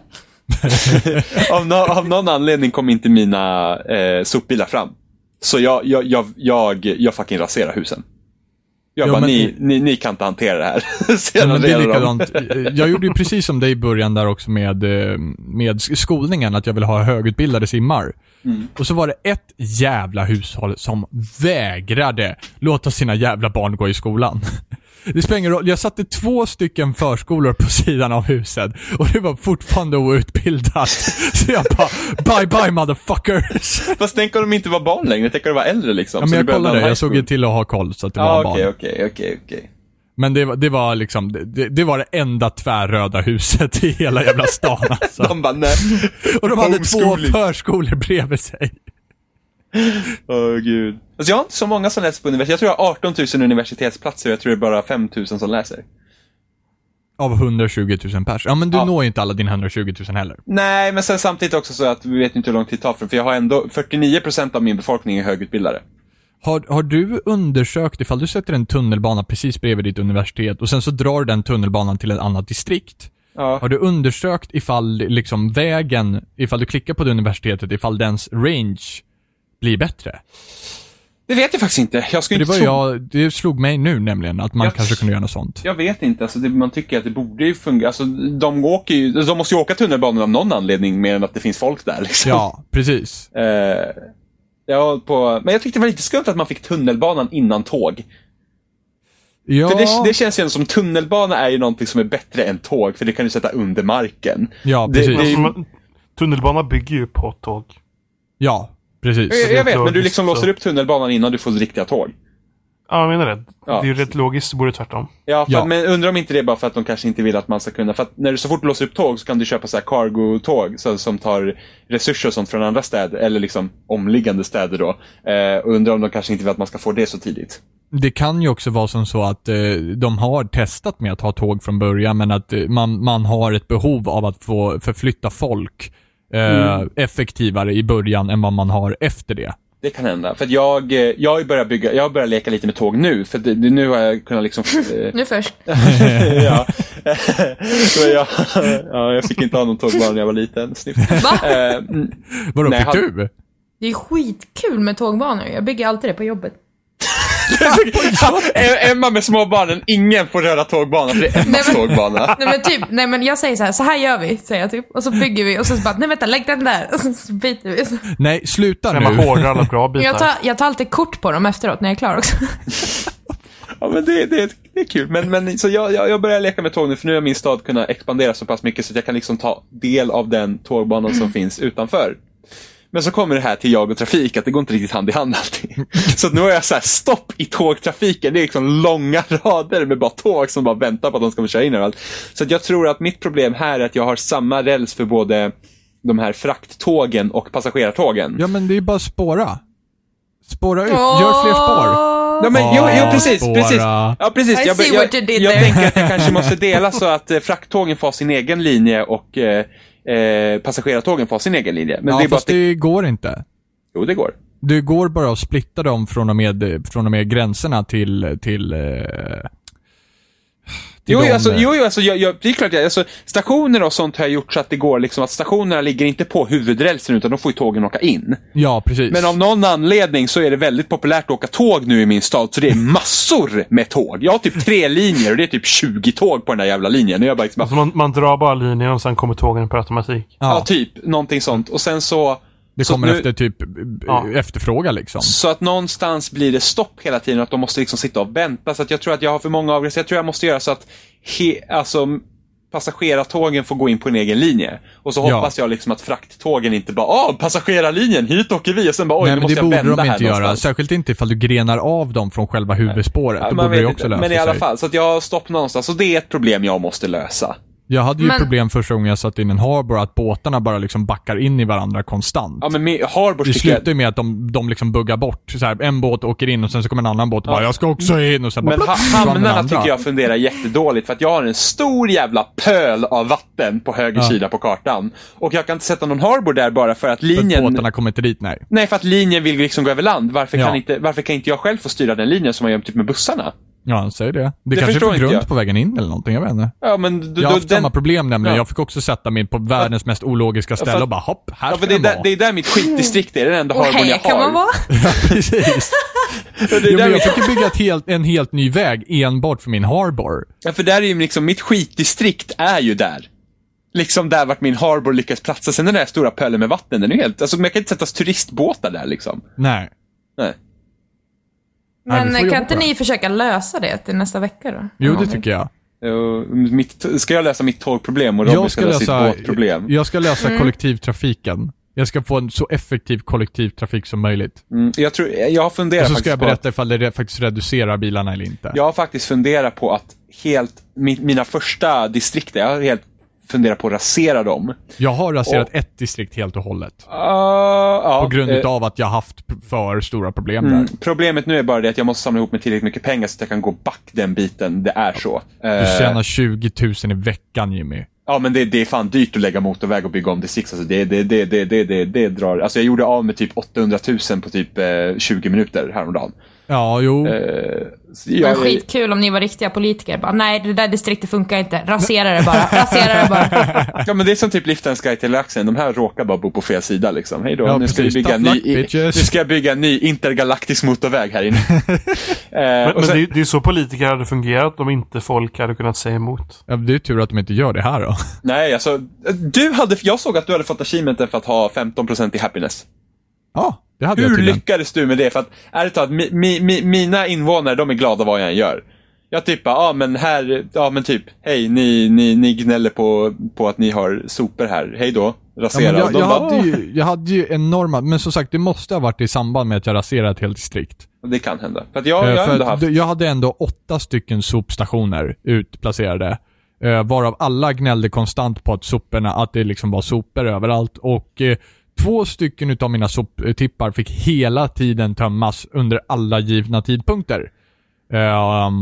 Speaker 1: av, no, av någon anledning kom inte mina eh, sopbilar fram. Så jag, jag, jag, jag, jag fucking raserar husen. Jag
Speaker 2: Ja,
Speaker 1: bara,
Speaker 2: men-
Speaker 1: ni, ni, ni kan inte hantera det här. Så
Speaker 2: Ja,
Speaker 1: jag
Speaker 2: men det är
Speaker 1: raderar dem.
Speaker 2: likadant. Eh, Jag gjorde ju precis som dig i början där också med, eh, med sk- skolningen, att jag ville ha högutbildade simmar.
Speaker 1: Mm.
Speaker 2: Och så var det ett jävla hushåll som vägrade låta sina jävla barn gå i skolan. Det spelar ingen roll. Jag satte två stycken förskolor på sidan av huset och det var fortfarande outbildat. Så jag bara, bye bye motherfuckers.
Speaker 1: Fast tänk om de inte var barn längre, tänk om de var äldre liksom.
Speaker 2: Ja, men
Speaker 1: så
Speaker 2: jag
Speaker 1: det behövde
Speaker 2: kollade,
Speaker 1: en
Speaker 2: jag såg ju till att ha koll så att det var
Speaker 1: Ja,
Speaker 2: barn.
Speaker 1: okej, okej, okej, okej.
Speaker 2: Men det, var- det var liksom, det, det var det enda tvärröda huset i hela jävla stan alltså.
Speaker 1: De bara, nej.
Speaker 2: Och de hade två
Speaker 1: Homeschooling.
Speaker 2: förskolor bredvid sig.
Speaker 1: Åh gud. Alltså, jag har inte så många som läser på universitet. Jag tror jag har 18 000 universitetsplatser och jag tror det är bara 5 000 som läser.
Speaker 2: Av 120 000 pers. Ja men du
Speaker 1: Ja.
Speaker 2: når ju inte alla dina 120 000 heller.
Speaker 1: Nej, men sen samtidigt också så att vi vet inte hur lång tid det tar för, för jag har ändå 49% av min befolkning är högutbildade.
Speaker 2: Har, har du undersökt ifall du sätter en tunnelbana precis bredvid ditt universitet och sen så drar du den tunnelbanan till ett annat distrikt?
Speaker 1: Ja.
Speaker 2: Har du undersökt ifall liksom vägen, ifall du klickar på det universitetet, ifall dens range blir bättre?
Speaker 1: Det vet jag faktiskt inte. Jag skulle
Speaker 2: Det
Speaker 1: inte
Speaker 2: var
Speaker 1: tro...
Speaker 2: jag, det slog mig nu nämligen att man
Speaker 1: Jag-
Speaker 2: kanske kunde göra något sånt.
Speaker 1: Jag vet inte. Alltså, det, man tycker att det borde ju fungera. Alltså, de, åker ju, de måste ju åka tunnelbanan av någon anledning, mer än att det finns folk där. Liksom.
Speaker 2: Ja, precis.
Speaker 1: Eh, ja, på, men jag tyckte det var lite skumt att man fick tunnelbanan innan tåg.
Speaker 2: Ja,
Speaker 1: För det, det känns ju ändå som tunnelbana är ju någonting som är bättre än tåg, för det kan du sätta under marken.
Speaker 2: ja
Speaker 1: det-
Speaker 2: precis.
Speaker 1: det-
Speaker 3: Alltså, man- Tunnelbana bygger ju på tåg.
Speaker 2: ja, precis.
Speaker 1: Jag, jag vet, men du
Speaker 3: logiskt,
Speaker 1: liksom
Speaker 3: så.
Speaker 1: låser upp tunnelbanan innan du får riktiga tåg.
Speaker 3: Ja, jag menar det.
Speaker 1: Ja.
Speaker 3: Det är ju rätt logiskt, det borde tvärtom.
Speaker 1: Ja, för,
Speaker 2: Ja.
Speaker 1: men undrar om inte det är bara för att de kanske inte vill att man ska kunna. För att när du så fort du låser upp tåg så kan du köpa så här cargo-tåg så, som tar resurser och sånt från andra städer, eller liksom omliggande städer då. Eh, och undrar om de kanske inte vill att man ska få det så tidigt.
Speaker 2: Det kan ju också vara som så att eh, de har testat med att ha tåg från början, men att eh, man, man har ett behov av att få förflytta folk eh,
Speaker 1: Mm.
Speaker 2: effektivare i början än vad man har efter det.
Speaker 1: Det kan hända. För att jag, eh, jag har ju börjat bygga, jag har börjat leka lite med tåg nu. För det, det, nu har jag kunnat liksom... eh,
Speaker 4: Nu först.
Speaker 1: ja. Så jag, ja, jag fick inte ha någon tågbana när jag var liten. Snyft.
Speaker 4: Va?
Speaker 1: Eh, mm.
Speaker 2: Vadå,
Speaker 1: Nej,
Speaker 2: fick
Speaker 1: han-
Speaker 2: du?
Speaker 4: Det är skitkul med tågbanor. Jag bygger alltid det på jobbet.
Speaker 1: Emma med småbarnen, ingen får röra tågbanan för det är Emmas
Speaker 4: Nej, men-
Speaker 1: tågbana.
Speaker 4: Nej men typ, nej men jag säger så här, så här gör vi, säger jag typ. Och så bygger vi och så bara, nej vänta, lägg den där. Och så, så byter vi. Så.
Speaker 2: Nej, sluta
Speaker 3: När
Speaker 2: nu.
Speaker 3: man hårdar alla bra bitar.
Speaker 4: Jag tar, jag tar alltid kort på dem efteråt när jag är klar också.
Speaker 1: Ja, men det, det, det är kul. Men, men, så jag, jag, jag börjar leka med tåg nu, för nu har min stad kunnat expandera så pass mycket så att jag kan liksom ta del av den tågbanan som finns utanför. Men så kommer det här till jag och trafik, att det går inte riktigt hand i hand alltid. Så att nu har jag så här stopp i tågtrafiken. Det är liksom långa rader med bara tåg som bara väntar på att de ska få köra in överallt. Så att jag tror att mitt problem här är att jag har samma räls för både de här frakttågen och passagerartågen.
Speaker 2: Ja, men det är bara att spåra. Spåra ut, gör fler spår.
Speaker 1: Ja, men, jo, jo,
Speaker 2: Ah,
Speaker 1: precis,
Speaker 2: spåra.
Speaker 1: precis. Ja, precis.
Speaker 4: I
Speaker 1: Jag,
Speaker 4: see
Speaker 1: jag,
Speaker 4: what you did
Speaker 1: jag
Speaker 4: there.
Speaker 1: tänker att jag kanske måste dela så att eh, frakttågen får ha sin egen linje och eh, eh, passagerartågen får ha sin egen linje. Men
Speaker 2: Ja,
Speaker 1: det är bara
Speaker 2: fast
Speaker 1: att det...
Speaker 2: det går inte.
Speaker 1: Jo, det går.
Speaker 2: Du går bara att splitta dem från och med, från och med gränserna till, till, eh, till
Speaker 1: Jo,
Speaker 2: de,
Speaker 1: jo, alltså,
Speaker 2: eh,
Speaker 1: jo, jo, alltså, jag, jag, det är klart, jag, alltså, stationer och sånt har jag gjort så att det går liksom att stationerna ligger inte på huvudrälsen utan de får ju tågen åka in.
Speaker 2: Ja, precis.
Speaker 1: Men av någon anledning så är det väldigt populärt att åka tåg nu i min stad, så det är massor med tåg. Jag har typ tre linjer och det är typ 20 tåg på den där jävla linjen. Och jag bara, liksom, bara,
Speaker 3: Alltså man, man drar bara linjen och sen kommer tågen per automatik.
Speaker 1: ja.
Speaker 2: ja,
Speaker 1: typ någonting sånt. Och sen så...
Speaker 2: det
Speaker 1: så
Speaker 2: kommer
Speaker 1: nu-
Speaker 2: efter typ eh,
Speaker 3: Ja.
Speaker 2: efterfråga liksom.
Speaker 1: Så att någonstans blir det stopp hela tiden och att de måste liksom sitta och vänta. Så att jag tror att jag har för många avgångar. Jag tror jag måste göra så att he, alltså, passagerartågen får gå in på en egen linje. Och så
Speaker 2: Ja.
Speaker 1: hoppas jag liksom att frakttågen inte bara “Åh, passagerarlinjen, hit åker vi” och sen bara “Oj,
Speaker 2: Nej,
Speaker 1: nu
Speaker 2: men
Speaker 1: måste
Speaker 2: det
Speaker 1: jag
Speaker 2: borde
Speaker 1: vända
Speaker 2: de
Speaker 1: här
Speaker 2: inte göra.
Speaker 1: någonstans."
Speaker 2: Särskilt inte ifall du grenar av dem från själva huvudspåret.
Speaker 1: Ja,
Speaker 2: Då
Speaker 1: man
Speaker 2: borde det
Speaker 1: vet
Speaker 2: också
Speaker 1: inte.
Speaker 2: lösa
Speaker 1: Men i alla
Speaker 2: sig.
Speaker 1: fall, så att jag har stopp någonstans. Så det är ett problem jag måste lösa.
Speaker 2: Jag hade ju
Speaker 4: Men-
Speaker 2: problem första gången jag satte in en harbor, att båtarna bara liksom backar in i varandra konstant.
Speaker 1: Ja, men med Harbor
Speaker 2: Det
Speaker 1: tycker jag...
Speaker 2: slutar ju med att de, de liksom buggar bort. Så här, en båt åker in och sen så kommer en annan båt och bara “Jag ska också in” och sen bara
Speaker 1: Men
Speaker 2: plopp,
Speaker 1: ha-
Speaker 2: försvann den
Speaker 1: hamnarna
Speaker 2: andra.
Speaker 1: tycker jag funderar jättedåligt för att jag har en stor jävla pöl av vatten på höger sida på kartan. Och jag kan inte sätta någon harbor där bara för att
Speaker 2: För att
Speaker 1: linjen...
Speaker 2: båtarna kommer inte dit, nej.
Speaker 1: Nej, för att linjen vill liksom gå över land. Varför,
Speaker 2: Ja.
Speaker 1: kan inte, varför kan inte jag själv få styra den linjen som man gör typ med bussarna?
Speaker 2: Ja, säg det. Det, kanske är
Speaker 1: förstår
Speaker 2: för
Speaker 1: inte
Speaker 2: grunt
Speaker 1: jag.
Speaker 2: på vägen in eller någonting, jag vet inte.
Speaker 1: Ja, men då,
Speaker 2: Jag har
Speaker 1: då,
Speaker 2: haft samma problem nämligen.
Speaker 1: Ja.
Speaker 2: Jag fick också sätta mig på världens mest ologiska ställe
Speaker 1: för-
Speaker 2: och bara hopp, här
Speaker 1: Ja,
Speaker 2: ska
Speaker 1: för det, är
Speaker 2: den
Speaker 1: där,
Speaker 2: vara.
Speaker 1: det är där mitt skitdistrikt är. Det är den enda
Speaker 4: Och
Speaker 1: harbon jag
Speaker 4: här kan
Speaker 1: har.
Speaker 4: man vara.
Speaker 2: Precis.
Speaker 1: Det är där
Speaker 2: Jo, men jag
Speaker 1: mitt,
Speaker 2: fick ju bygga ett helt, en helt ny väg enbart för min harbor.
Speaker 1: ja, för där är ju liksom, mitt skitdistrikt är ju där. Liksom där vart min harbor lyckas platsa. Sen den där stora pölen med vatten, den är ju helt... Alltså, man kan inte sätta turistbåtar där liksom.
Speaker 2: Nej.
Speaker 1: Nej.
Speaker 2: Nej, vi får
Speaker 4: Men
Speaker 2: jobba
Speaker 4: kan inte
Speaker 2: på det.
Speaker 4: ni försöka lösa det till nästa vecka då?
Speaker 2: Jo, det tycker jag.
Speaker 1: Jo, Eh, mitt, ska jag lösa mitt tågproblem och Robin
Speaker 2: Jag ska lösa,
Speaker 1: sitt båtproblem?
Speaker 2: jag ska lösa kollektivtrafiken. Jag ska få en så effektiv kollektivtrafik som möjligt.
Speaker 1: Mm, jag, tror, jag har funderat
Speaker 2: Och så
Speaker 1: faktiskt
Speaker 2: ska jag
Speaker 1: på att-
Speaker 2: berätta ifall det re- faktiskt reducerar bilarna eller inte.
Speaker 1: Jag har faktiskt funderat på att helt, mi, mina första distrikt, jag har helt funderat på att rasera dem.
Speaker 2: Jag har raserat
Speaker 1: Och-
Speaker 2: ett distrikt helt och hållet.
Speaker 1: ja,
Speaker 2: På grund
Speaker 1: eh,
Speaker 2: utav att jag haft p- för stora problem
Speaker 1: mm,
Speaker 2: där.
Speaker 1: Problemet nu är bara det att jag måste samla ihop med tillräckligt mycket pengar så att jag kan gå back den biten. Det är så. Eh,
Speaker 2: Du tjänar 20 000 i veckan Jimmy.
Speaker 1: Ja, men det, det är fan dyrt att lägga motorväg och bygga om distrikt. Alltså, det, det, det, det, det, det, det drar. Alltså, jag gjorde av med typ 800 000 på typ eh, 20 minuter häromdagen.
Speaker 2: Ja, jo.
Speaker 1: Eh, så
Speaker 4: Det
Speaker 1: jag,
Speaker 4: var skitkul om ni var riktiga politiker. Bara, nej, det där distriktet funkar inte. Rasera det bara. Rasera det bara.
Speaker 1: ja, men det är som typ Liftens guide till Galaxen. De här råkar bara bo på fel sida. Liksom. Hej då,
Speaker 2: Ja,
Speaker 1: nu, ska vi
Speaker 2: precis.
Speaker 1: bygga en
Speaker 2: Tough
Speaker 1: ny,
Speaker 2: luck, bitches.
Speaker 1: nu ska jag bygga en ny intergalaktisk motorväg här inne. eh,
Speaker 3: Men,
Speaker 1: och
Speaker 3: men det,
Speaker 1: sen,
Speaker 3: är- det är så politiker hade fungerat om inte folk hade kunnat säga emot.
Speaker 2: Ja, Det är tur att de inte gör det här då.
Speaker 1: nej, alltså, du hade, jag såg att du hade fått achievementen för att ha 15% i happiness.
Speaker 2: Ja, det hade jag
Speaker 1: Hur
Speaker 2: tydligen.
Speaker 1: lyckades du med det? För att ärligt talat, mi, mi, mi, mina invånare de är glada vad jag än gör. Jag typ bara, ja men här, ja men typ, hej ni, ni, ni gnäller på, på att ni har sopor här, hej då, rasera.
Speaker 2: Ja, men
Speaker 1: Och
Speaker 2: jag,
Speaker 1: de
Speaker 2: jag,
Speaker 1: bara,
Speaker 2: hade ju, jag hade ju enorma, men som sagt det måste ha varit i samband med att jag raserade ett helt distrikt.
Speaker 1: "Åh." Det kan hända. För att jag, jag
Speaker 2: Eh,
Speaker 1: har
Speaker 2: för
Speaker 1: ändå
Speaker 2: att
Speaker 1: haft,
Speaker 2: d- jag hade ändå åtta stycken sopstationer utplacerade. eh, Varav alla gnällde konstant på att soporna, att det liksom var sopor överallt. Och eh, två stycken utav mina soptippar fick hela tiden tömmas under alla givna tidpunkter. Ehm,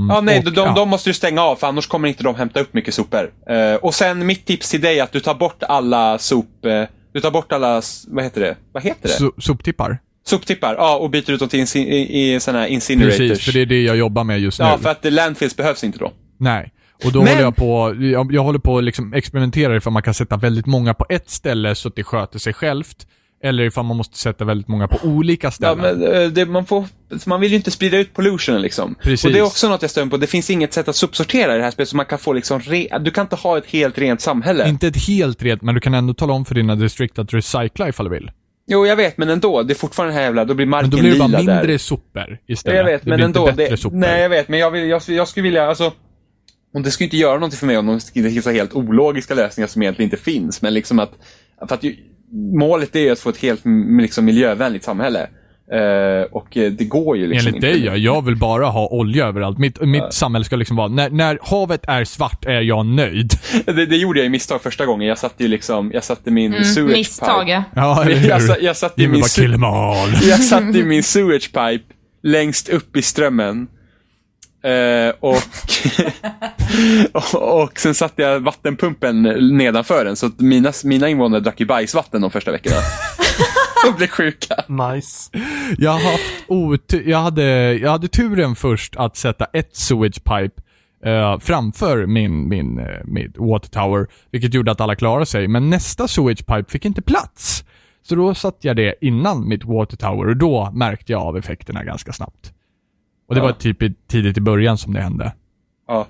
Speaker 1: ja nej,
Speaker 2: och-
Speaker 1: de, de, de måste ju stänga av för annars kommer inte de hämta upp mycket sopor. Eh, och sen mitt tips till dig är att du tar bort alla sop, eh, du tar bort alla, s- vad heter det? Vad heter det?
Speaker 2: so- soptippar.
Speaker 1: Soptippar, ja och byter ut dem till insin, i, i såna här incinerators.
Speaker 2: Precis, för det är det jag jobbar med just nu.
Speaker 1: Ja, för att eh, landfills behövs inte då.
Speaker 2: Nej. Och då
Speaker 1: Men-
Speaker 2: håller jag på, jag, jag håller på att liksom experimentera ifall man kan sätta väldigt många på ett ställe så att det sköter sig självt. Eller ifall man måste sätta väldigt många på olika
Speaker 1: Ja,
Speaker 2: ställen.
Speaker 1: men, eh, det, man, får, man vill ju inte sprida ut pollutionen liksom.
Speaker 2: Precis.
Speaker 1: Och det är också något jag stör mig på. Det finns inget sätt att subsortera i det här spelet så man kan få liksom re- Du kan inte ha ett helt rent samhälle.
Speaker 2: Inte ett helt rent, men du kan ändå tala om för dina distrikt att recycla ifall du vill.
Speaker 1: Jo, jag vet, men ändå. Det är fortfarande den här jävla... Då blir
Speaker 2: Men
Speaker 1: marken
Speaker 2: då blir det
Speaker 1: lila
Speaker 2: bara mindre
Speaker 1: där.
Speaker 2: sopor istället.
Speaker 1: Jag vet,
Speaker 2: det
Speaker 1: men
Speaker 2: blir
Speaker 1: ändå.
Speaker 2: inte bättre
Speaker 1: Det,
Speaker 2: sopor.
Speaker 1: nej, jag vet, men jag, vill, jag, skulle- jag skulle vilja... Alltså, och det skulle inte göra någonting för mig om de skulle hitta helt ologiska lösningar som egentligen inte finns. Men liksom att... För att ju, målet är ju att få ett helt mm, liksom, miljövänligt samhälle. Eh, och eh, det går ju liksom
Speaker 2: Enligt
Speaker 1: inte.
Speaker 2: dig ja, jag vill bara ha olja överallt. Mitt, mitt samhälle ska liksom vara, när, när havet är svart är jag nöjd.
Speaker 1: Det, det gjorde jag i misstag första gången. Jag satte ju liksom, jag satte min sewage pipe.
Speaker 4: Mm, Misstag, ja.
Speaker 2: Ja, eller
Speaker 1: Jag, sa-
Speaker 2: hur?
Speaker 1: jag, satte ju
Speaker 2: Jimmy
Speaker 1: min,
Speaker 2: bara, kill
Speaker 1: su-
Speaker 2: them all.
Speaker 1: jag satte ju min sewage pipe längst upp i strömmen. Eh, och, och, och sen satte jag vattenpumpen nedanför den, så att mina, mina invånare drack ju bajsvatten de första veckorna. De blev sjuka.
Speaker 3: Nice.
Speaker 2: Jag har haft otur, jag hade, jag hade turen först att sätta ett sewage pipe eh, framför min, min, eh, min water tower, vilket gjorde att alla klarade sig. Men nästa sewage pipe fick inte plats. Så då satte jag det innan mitt water tower och då märkte jag av effekterna ganska snabbt. Och det
Speaker 1: Ja.
Speaker 2: var typ i, tidigt i början som det hände.
Speaker 1: Ja,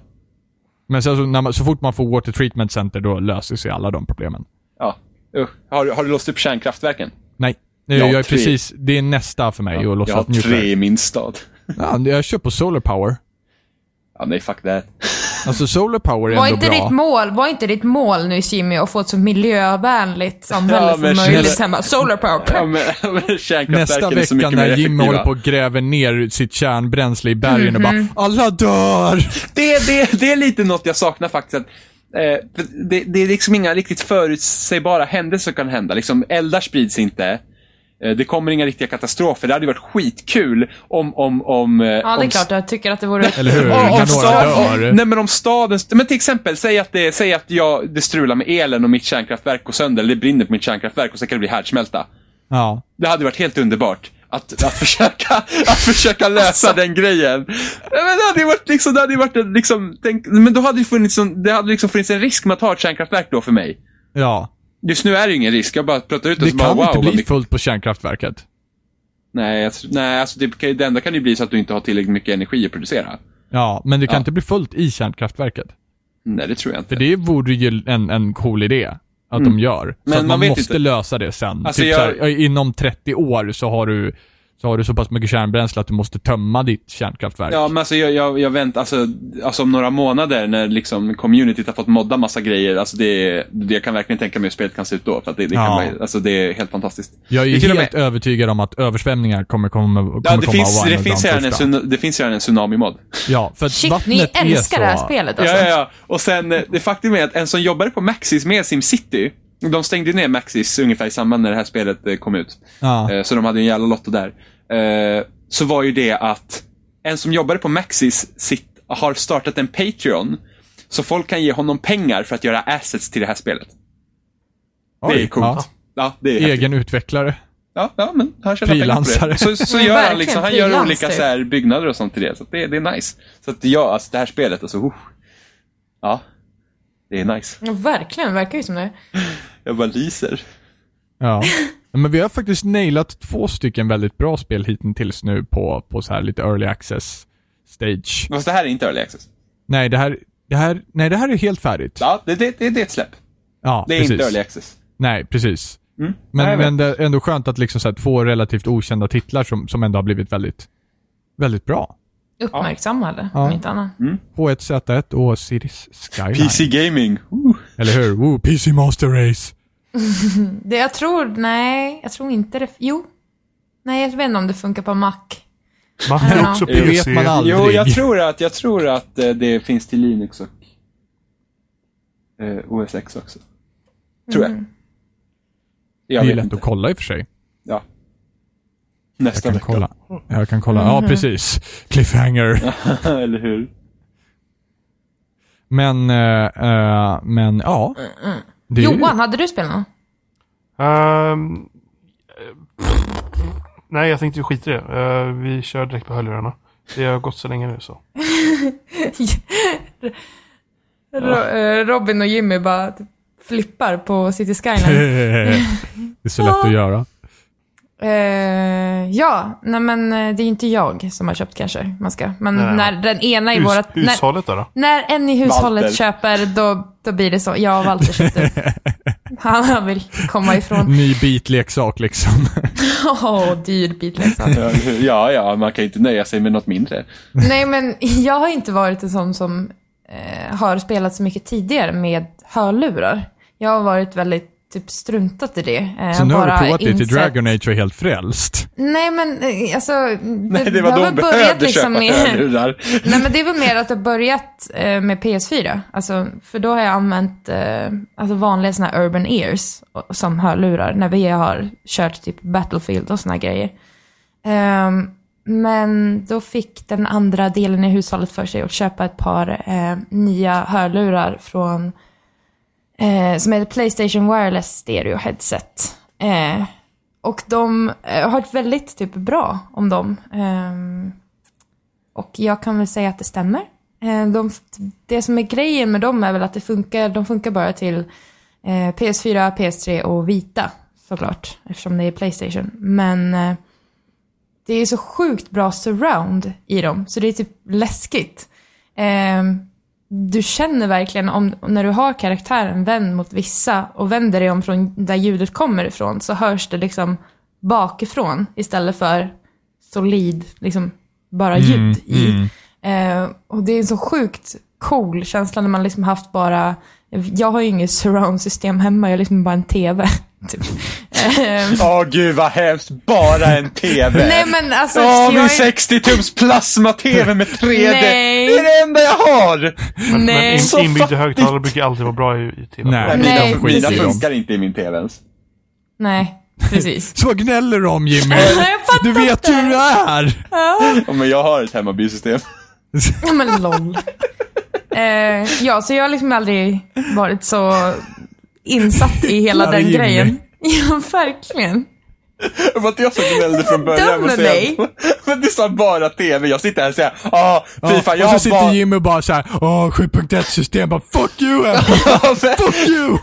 Speaker 2: Men sen så, när man, så fort man får water treatment center då löser sig alla de problemen.
Speaker 1: ja. Usch. Har, du- har du låst upp kärnkraftverken?
Speaker 2: Nej. Jag,
Speaker 1: Jag har
Speaker 2: jag är
Speaker 1: tre.
Speaker 2: precis, det är nästa för mig att
Speaker 1: jag
Speaker 2: låtsas
Speaker 1: har tre i min stad.
Speaker 2: Ja, jag kör på solar power.
Speaker 1: Ja, nej, fuck that.
Speaker 2: Alltså solar power är
Speaker 4: Var
Speaker 2: ändå
Speaker 4: inte,
Speaker 2: bra.
Speaker 4: ditt mål, var inte ditt mål nu Jimmy att få ett så miljövänligt samhälle
Speaker 1: Ja, men
Speaker 4: som möjligt?
Speaker 1: snälla-
Speaker 4: Sen bara, solar power.
Speaker 1: Ja, men, men kärnkraftverken
Speaker 2: Nästa
Speaker 1: är så
Speaker 2: vecka
Speaker 1: mycket mer
Speaker 2: när Jimmy
Speaker 1: effektiva.
Speaker 2: håller på och gräver ner sitt kärnbränsle i bergen
Speaker 4: Mhm.
Speaker 2: och bara “Alla dör!”
Speaker 1: det, det, det är lite något jag saknar faktiskt. Att, eh, för det, det är liksom inga riktigt förutsägbara händelser som kan hända. Liksom, eldar sprids inte. Eh, det kommer inga riktiga katastrofer. Det hade ju varit skitkul om... om, om eh,
Speaker 4: Ja, det
Speaker 1: om,
Speaker 4: är klart. Jag tycker att det vore...
Speaker 2: Eller hur?
Speaker 1: Om, om,
Speaker 2: När några
Speaker 1: stad,
Speaker 2: dör.
Speaker 1: om, nej, men om staden... Men till exempel, säg att, det, säg att jag, det strular med elen och mitt kärnkraftverk går sönder. Eller det brinner på mitt kärnkraftverk och så kan det bli härdsmälta.
Speaker 2: Ja.
Speaker 1: Det hade varit helt underbart. Att, att, försöka, att försöka lösa
Speaker 2: Alltså.
Speaker 1: den grejen. Ja, Men det hade ju varit liksom, det hade ju varit en, liksom, tänk, men då hade ju funnits, en, det hade liksom funnits en risk med att ha ett kärnkraftverk då för mig.
Speaker 2: ja.
Speaker 1: Just nu är det ju ingen risk, jag bara pratar ut och
Speaker 2: Det
Speaker 1: så bara
Speaker 2: kan
Speaker 1: wow.
Speaker 2: inte
Speaker 1: vad
Speaker 2: bli
Speaker 1: mycket-
Speaker 2: fullt på kärnkraftverket.
Speaker 1: Nej, alltså, nej alltså det, kan ju- det enda kan ju bli så att du inte har tillräckligt mycket energi att producera.
Speaker 2: Ja, men det kan
Speaker 1: Ja.
Speaker 2: inte bli fullt i kärnkraftverket.
Speaker 1: Nej, det tror jag inte.
Speaker 2: För det vore ju en, en cool idé att de gör.
Speaker 1: Mm. Men
Speaker 2: så att
Speaker 1: man
Speaker 2: man
Speaker 1: vet
Speaker 2: måste
Speaker 1: inte.
Speaker 2: lösa det sen.
Speaker 1: Alltså,
Speaker 2: typ
Speaker 1: jag-
Speaker 2: så här, inom 30 år så har du så har du så pass mycket kärnbränsle att du måste tömma ditt kärnkraftverk.
Speaker 1: Ja, men alltså jag, jag, jag väntar, alltså, alltså om några månader när liksom communityt har fått modda massa grejer, alltså det, är- det jag kan verkligen tänka mig hur spelet kan se ut då. För att det, det, kan,
Speaker 2: Ja.
Speaker 1: vara- alltså det är helt fantastiskt.
Speaker 2: Jag är
Speaker 1: Det är till och
Speaker 2: helt övertygad om att översvämningar kommer, kommer, kommer
Speaker 1: Ja, det
Speaker 2: komma
Speaker 1: finns,
Speaker 2: vara en
Speaker 1: det,
Speaker 2: av
Speaker 1: finns
Speaker 2: de
Speaker 1: redan en,
Speaker 2: första.
Speaker 1: tsun- det finns redan en tsunami-mod.
Speaker 2: Ja, för att
Speaker 4: Shit, ni
Speaker 2: vattnet är
Speaker 4: älskar
Speaker 2: så...
Speaker 4: det här spelet
Speaker 1: Ja,
Speaker 4: alltså.
Speaker 1: ja, ja. Och sen, eh, det faktum är att en som jobbade på Maxis med SimCity, de stängde ju ner Maxis ungefär i samband när det här spelet eh, kom ut.
Speaker 2: Ja.
Speaker 1: Eh, Så de hade ju en jävla lotto där. Eh, Så var ju det att en som jobbade på Maxis sitt, har startat en Patreon. Så folk kan ge honom pengar för att göra assets till det här spelet. Det är
Speaker 2: Oj,
Speaker 1: coolt.
Speaker 2: ja.
Speaker 1: Ja, det är häftigt.
Speaker 2: Egen utvecklare.
Speaker 1: Ja, ja men han tjänar pengar på
Speaker 2: Frilansare.
Speaker 1: det. Så, så
Speaker 4: Men
Speaker 1: gör han,
Speaker 4: verkligen,
Speaker 1: liksom, han
Speaker 4: frilans
Speaker 1: gör olika
Speaker 4: typ.
Speaker 1: så här, byggnader och sånt till det. Så att det, det är nice. Så att ja, alltså, det här spelet, alltså, uh, Ja, det är nice.
Speaker 4: Ja, Verkligen, verkar ju som det.
Speaker 1: Jag bara lyser.
Speaker 2: Ja. Men vi har faktiskt nailat två stycken väldigt bra spel hittills nu på, på så här lite early access stage.
Speaker 1: Fast det här är inte early access.
Speaker 2: Nej, det här, det här, nej, det här är helt färdigt.
Speaker 1: Ja, det, det, det, det är ett släpp.
Speaker 2: Ja,
Speaker 1: Det är
Speaker 2: precis.
Speaker 1: inte early access.
Speaker 2: Nej, precis.
Speaker 1: Mm. Nej,
Speaker 2: Men,
Speaker 1: jag vet.
Speaker 2: men det är ändå skönt att liksom så här, två relativt okända titlar som, som ändå har blivit väldigt, väldigt bra.
Speaker 4: Uppmärksammade,
Speaker 2: Ja.
Speaker 4: om inte annat.
Speaker 2: H1Z1 och Cities Skyline.
Speaker 1: PC gaming. Uh.
Speaker 2: Eller hur? Woo, PC Master Race.
Speaker 4: Det jag tror, nej, jag tror inte det. Jo. Nej, jag vet inte om det funkar på Mac.
Speaker 3: Man har ju
Speaker 4: Ja.
Speaker 3: också
Speaker 1: Det vet
Speaker 3: PC.
Speaker 2: man aldrig.
Speaker 1: Jo, jag tror att, jag tror att eh, det finns till Linux och eh, OS X också. Tror jag. Jag
Speaker 2: det är
Speaker 1: vet
Speaker 2: lätt
Speaker 1: inte.
Speaker 2: att kolla i och för sig.
Speaker 1: Ja.
Speaker 2: Jag
Speaker 1: Nästa
Speaker 2: kan
Speaker 1: vecka.
Speaker 2: kolla. Jag kan kolla.
Speaker 4: Mm.
Speaker 2: Ja, precis. Cliffhanger.
Speaker 1: Eller hur?
Speaker 2: Men, eh, eh, men ja. Det är ju-
Speaker 4: Johan, hade du spelat något?
Speaker 3: Ehm, eh, nej, jag tänkte vi skiter i det. Eh, vi kör direkt på hörlurarna. Det har gått så länge nu så.
Speaker 4: Ro- eh, Robin och Jimmy bara typ flippar på City Skyline.
Speaker 2: det är så lätt att göra.
Speaker 4: eh, ja, nej men eh, det är inte jag som har köpt kanske. Man ska. Men
Speaker 3: Nej.
Speaker 4: när den ena i
Speaker 3: Hus,
Speaker 4: vårat... När,
Speaker 3: hushållet då? då?
Speaker 4: när en i hushållet
Speaker 1: Walter.
Speaker 4: köper, då, då blir det så. Jag och Walter köpte. Han vill komma ifrån.
Speaker 2: Ny bitleksak liksom.
Speaker 4: Åh, dyr bitleksak.
Speaker 1: Ja, eller hur? ja, ja, man kan ju inte nöja sig med något mindre.
Speaker 4: Nej, men jag har inte varit en sån som eh, har spelat så mycket tidigare med hörlurar. Jag har varit väldigt typ struntat i det. Eh,
Speaker 2: Så nu har du
Speaker 4: bara
Speaker 2: provat lite
Speaker 4: insett-
Speaker 2: Dragon Age och är helt frälst.
Speaker 4: Nej, men eh, alltså... Det,
Speaker 1: Nej, det
Speaker 4: har
Speaker 1: var då
Speaker 4: väl
Speaker 1: de behövde
Speaker 4: liksom
Speaker 1: köpa
Speaker 4: med-
Speaker 1: hörlurar.
Speaker 4: Nej, men det är väl mer att det har börjat eh, med PS4. Alltså, för då har jag använt eh, alltså vanliga såna här urban ears och- som hörlurar när vi har kört typ Battlefield och såna grejer. Ehm, men då fick den andra delen i hushållet för sig att köpa ett par eh, nya hörlurar från eh, som heter Playstation Wireless Stereo Headset. Eh, och de eh, har varit väldigt typ bra om dem. Ehm, och jag kan väl säga att det stämmer. Eh, De, det som är grejen med dem är väl att det funkar, de funkar bara till eh, PS4, PS3 och Vita såklart, eftersom det är Playstation. Men eh, det är så sjukt bra surround i dem, så det är typ läskigt. Eh, Du känner verkligen om, när du har karaktären vänd mot vissa och vänder dig om från där ljudet kommer ifrån så hörs det liksom bakifrån istället för solid, liksom bara ljud i. Eh, och det är en så sjukt cool känsla när man liksom haft bara, jag har ju inget surround-system hemma, jag har liksom bara en TV. Typ. Eh,
Speaker 1: Åh gud vad hemskt, bara en TV.
Speaker 4: nej men alltså,
Speaker 1: Åh,
Speaker 4: så
Speaker 1: min
Speaker 4: jag,
Speaker 1: 60-tums plasma-TV med 3D.
Speaker 4: Nej.
Speaker 1: Det är det enda jag har!
Speaker 3: Men, men
Speaker 4: nej.
Speaker 1: Så
Speaker 3: in, inbyggda
Speaker 1: fattigt.
Speaker 3: högtalare brukar alltid vara bra i, i TV.
Speaker 2: Nej,
Speaker 1: mina
Speaker 4: Nej,
Speaker 1: mina
Speaker 4: precis.
Speaker 1: funkar inte i min TV ens.
Speaker 4: nej, precis.
Speaker 2: Så vad gnäller du om Jimmy?
Speaker 4: Nej, jag fattar
Speaker 2: Du vet
Speaker 4: inte.
Speaker 2: hur det är!
Speaker 1: Ja, Men jag har ett hemmabysystem.
Speaker 4: Ja, men lol. Eh, ja, så jag har liksom aldrig varit så insatt i hela den
Speaker 2: Jimmy.
Speaker 4: grejen. Ja, verkligen.
Speaker 1: Det var inte jag som gnällde från
Speaker 4: dum
Speaker 1: början.
Speaker 4: med
Speaker 1: Men,
Speaker 4: mig.
Speaker 1: säga, men du sa bara TV. Jag sitter här och säger, ja, fy fan, jag
Speaker 2: och så
Speaker 1: har
Speaker 2: sitter
Speaker 1: bara...
Speaker 2: Jimmy och bara såhär, åh 7.1 system, bara fuck you Apple,
Speaker 1: Ja, men-
Speaker 2: fuck you!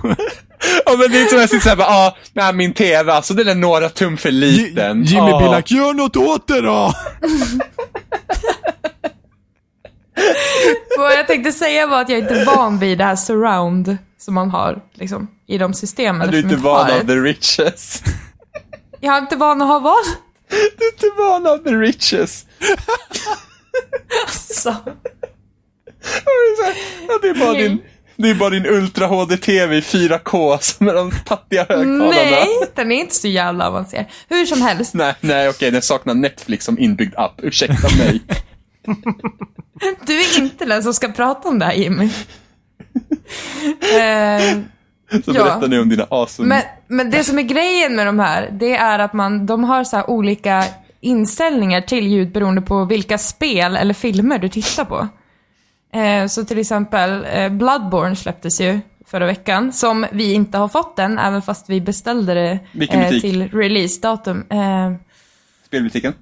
Speaker 1: ja, men det är som jag sitter såhär, ja, "Ah, nej, min TV, alltså den är några tum för liten. Ah.
Speaker 2: J- Jimmy
Speaker 1: Ja.
Speaker 2: Billack, gör något åt det då!
Speaker 4: Vad jag tänkte säga var att jag inte är van vid det här surround som man har liksom, i de systemen.
Speaker 1: Du är
Speaker 4: eftersom
Speaker 1: inte
Speaker 4: jag har
Speaker 1: van
Speaker 4: ett.
Speaker 1: av the riches.
Speaker 4: Jag är inte van att ha vad?
Speaker 1: Du är inte van av the riches.
Speaker 4: Så.
Speaker 1: Ja, det är bara din... Det är bara din Ultra HD-TV i 4K som är de fattiga högtalarna.
Speaker 4: Nej, den är inte så jävla avancerad. Hur som helst,
Speaker 1: Nej, nej okej, den saknar Netflix som inbyggd app. Ursäkta mig.
Speaker 4: du är inte den som ska prata om det här Jimmy. Eh,
Speaker 1: Så
Speaker 4: Ja.
Speaker 1: berätta nu om dina awesome...
Speaker 4: men, men det som är grejen med de här, det är att man, de har så här olika inställningar till ljud beroende på vilka spel eller filmer du tittar på. Eh, så till exempel eh, Bloodborne släpptes ju förra veckan som vi inte har fått än, även fast vi beställde det
Speaker 1: Vilken
Speaker 4: eh,
Speaker 1: butik?
Speaker 4: till releasedatum. Eh,
Speaker 1: Spelbutiken?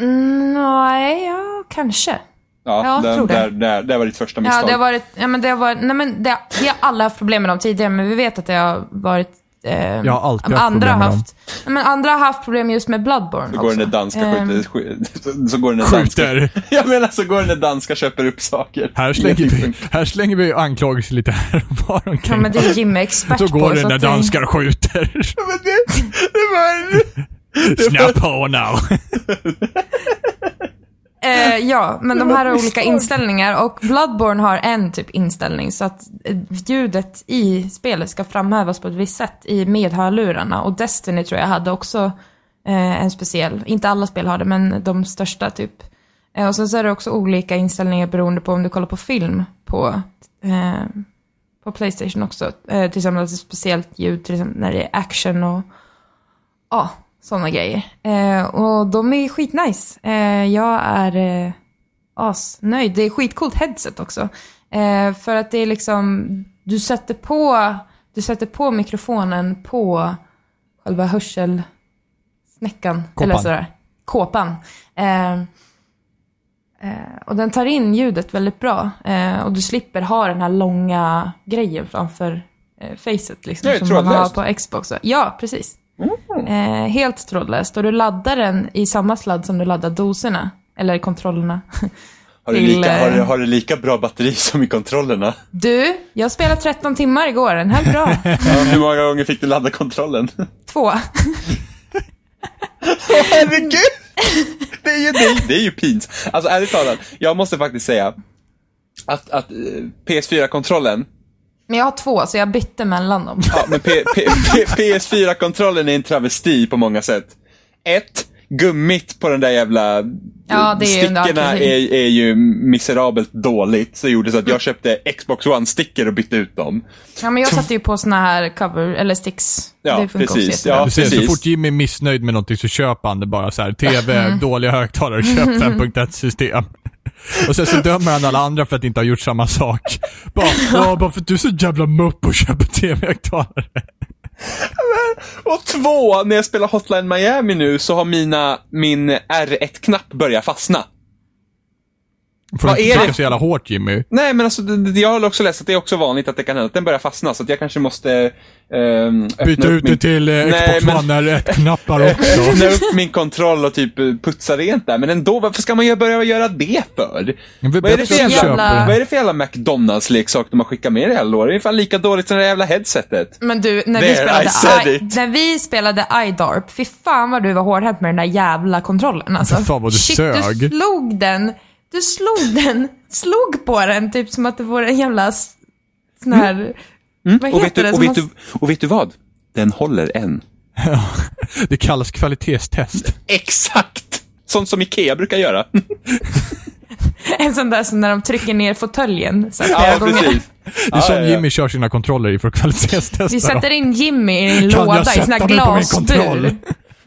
Speaker 4: mm, nej, ja, kanske.
Speaker 1: Ja,
Speaker 4: Ja,
Speaker 1: där,
Speaker 4: tror det.
Speaker 1: där, där, där var ditt första misstag.
Speaker 4: Ja, det har varit, ja, men det har varit, nej men det, vi har alla haft problem med dem tidigare, men vi vet att det har varit eh,
Speaker 2: Jag har alltid
Speaker 4: andra
Speaker 2: haft problem med dem.
Speaker 4: haft, nej, men Andra har haft problem just med Bloodborne
Speaker 1: Så går den där
Speaker 4: också.
Speaker 1: danska
Speaker 4: Ehm,
Speaker 1: skjuter, sk- så- så går den där
Speaker 2: Skjuter.
Speaker 1: Danska, jag menar så går den där danska köper upp saker.
Speaker 2: Här
Speaker 1: Det
Speaker 2: slänger,
Speaker 1: är typ
Speaker 2: vi,
Speaker 1: en-
Speaker 2: här slänger vi anklagelser lite här och var omkring.
Speaker 4: Ja, men det är Jimmy expert
Speaker 2: så
Speaker 4: på.
Speaker 2: går den
Speaker 4: så
Speaker 2: där
Speaker 4: att det-
Speaker 2: danskar och skjuter.
Speaker 1: Men det, det var...
Speaker 2: Snap on now.
Speaker 4: Eh, ja, men de här har olika inställningar och Bloodborne har en typ inställning så att eh, ljudet i spelet ska framhävas på ett visst sätt i medhörlurarna och Destiny tror jag hade också eh, en speciell, inte alla spel har det men de största typ. Eh, och sen så är det också olika inställningar beroende på om du kollar på film på, eh, på Playstation också. Eh, till exempel att det är speciellt ljud till exempel när det är action och ja, sådana grejer. Eh, och de är skitnice. Eh, jag är eh, asnöjd. Det är skitcoolt headset också. Eh, för att det är liksom, du sätter på, du sätter på mikrofonen på själva hörselsnäckan.
Speaker 2: Kåpan.
Speaker 4: Eller sådär. Kåpan. Eh, Eh, och den tar in ljudet väldigt bra. Eh, och du slipper ha den här långa grejen framför eh, facet. Liksom,
Speaker 1: Det är
Speaker 4: som man har
Speaker 1: trådlöst. Mm.
Speaker 4: på Xbox. Ja, precis. Eh, helt trådlöst. Och du laddar den i samma sladd som du laddar doserna. Eller kontrollerna.
Speaker 1: Har det,
Speaker 4: Till,
Speaker 1: lika, har, det,
Speaker 4: eh,
Speaker 1: har det lika bra batteri som i kontrollerna?
Speaker 4: Du, jag spelade 13 timmar igår. Den höll bra.
Speaker 1: Ja, hur många gånger fick du ladda kontrollen?
Speaker 4: Två.
Speaker 1: Herregud! Det är ju, det är, det är ju pins. Alltså ärligt talat, jag måste faktiskt säga att, att eh, PS4-kontrollen,
Speaker 4: Men jag har två, så jag bytte mellan dem.
Speaker 1: ja, men P- P- P- PS4-kontrollen är en travesti på många sätt. Ett, gummit på den där jävla
Speaker 4: Ja, det är ju under all
Speaker 1: stickorna
Speaker 4: kritik.
Speaker 1: är, är ju miserabelt dåligt. Så gjorde så att jag köpte Xbox One-stickor och bytte ut dem.
Speaker 4: Ja, men jag satte ju på såna här cover, eller sticks.
Speaker 1: Ja,
Speaker 4: det funkar också
Speaker 1: precis.
Speaker 4: jättebra.
Speaker 1: Ja,
Speaker 2: Du ser, så
Speaker 1: precis.
Speaker 2: fort Jimmy är missnöjd med någonting så köper han det bara så här. TV,
Speaker 4: Mm.
Speaker 2: dåliga högtalare, köp 5.1-system. Och sen så dömer han alla andra för att inte ha gjort samma sak. Bara, "Ja, bara för att du är så jävla mupp och köper TV-högtalare.
Speaker 1: Och två, när jag spelar Hotline Miami nu så har mina, min R1-knapp börjat fastna.
Speaker 2: Får
Speaker 1: Vad
Speaker 2: du
Speaker 1: är
Speaker 2: inte
Speaker 1: det?
Speaker 2: trycka så jävla hårt Jimmy?
Speaker 1: Nej, men alltså, det- det- jag har också läst att det är också vanligt att det kan hända att den börjar fastna, så att jag kanske måste ehm, öppna
Speaker 2: Byta
Speaker 1: upp
Speaker 2: ut det
Speaker 1: min,
Speaker 2: till eh,
Speaker 1: Nej,
Speaker 2: Xbox
Speaker 1: men-
Speaker 2: One R1-knappar också.
Speaker 1: öppna upp min kontroll och typ eh, putsa rent där. Men ändå, varför ska man ju börja göra det för?
Speaker 2: Men vi
Speaker 1: Vad är, det för
Speaker 2: bättre
Speaker 1: jävla,
Speaker 4: köper-
Speaker 1: vad är det för jävla McDonalds-leksak de har skickat med i alla år? Det är fan lika dåligt som det där jävla headsetet.
Speaker 4: Men du, när vi,
Speaker 1: There, I said
Speaker 4: spelade I,
Speaker 1: it.
Speaker 4: när vi spelade iDarp, fy fan vad du var hårdhänt med den där jävla kontrollen alltså.
Speaker 2: Fy fan vad du
Speaker 4: Shit, du
Speaker 2: sög.
Speaker 4: slog den, du slog den, slog på den typ som att det vore en jävla s- sån här, vad
Speaker 1: Mm. Och
Speaker 4: heter
Speaker 1: vet, du,
Speaker 4: det?
Speaker 1: och,
Speaker 4: Som
Speaker 1: vet du, och vet du vad? Den håller än.
Speaker 2: Det kallas kvalitetstest.
Speaker 1: Exakt! Sånt som Ikea brukar göra.
Speaker 4: en sån där som när de trycker ner fåtöljen. så här
Speaker 1: ja,
Speaker 4: flera gånger.
Speaker 1: precis.
Speaker 2: Det är
Speaker 1: ja,
Speaker 2: som
Speaker 1: ja.
Speaker 2: Jimmy kör sina kontroller i för att kvalitetstesta
Speaker 4: Vi
Speaker 2: dem.
Speaker 4: sätter in Jimmy i
Speaker 2: Kan
Speaker 4: en
Speaker 2: jag
Speaker 4: låda i sån
Speaker 2: sätta
Speaker 4: här
Speaker 2: mig på min kontroll?
Speaker 4: glasbur.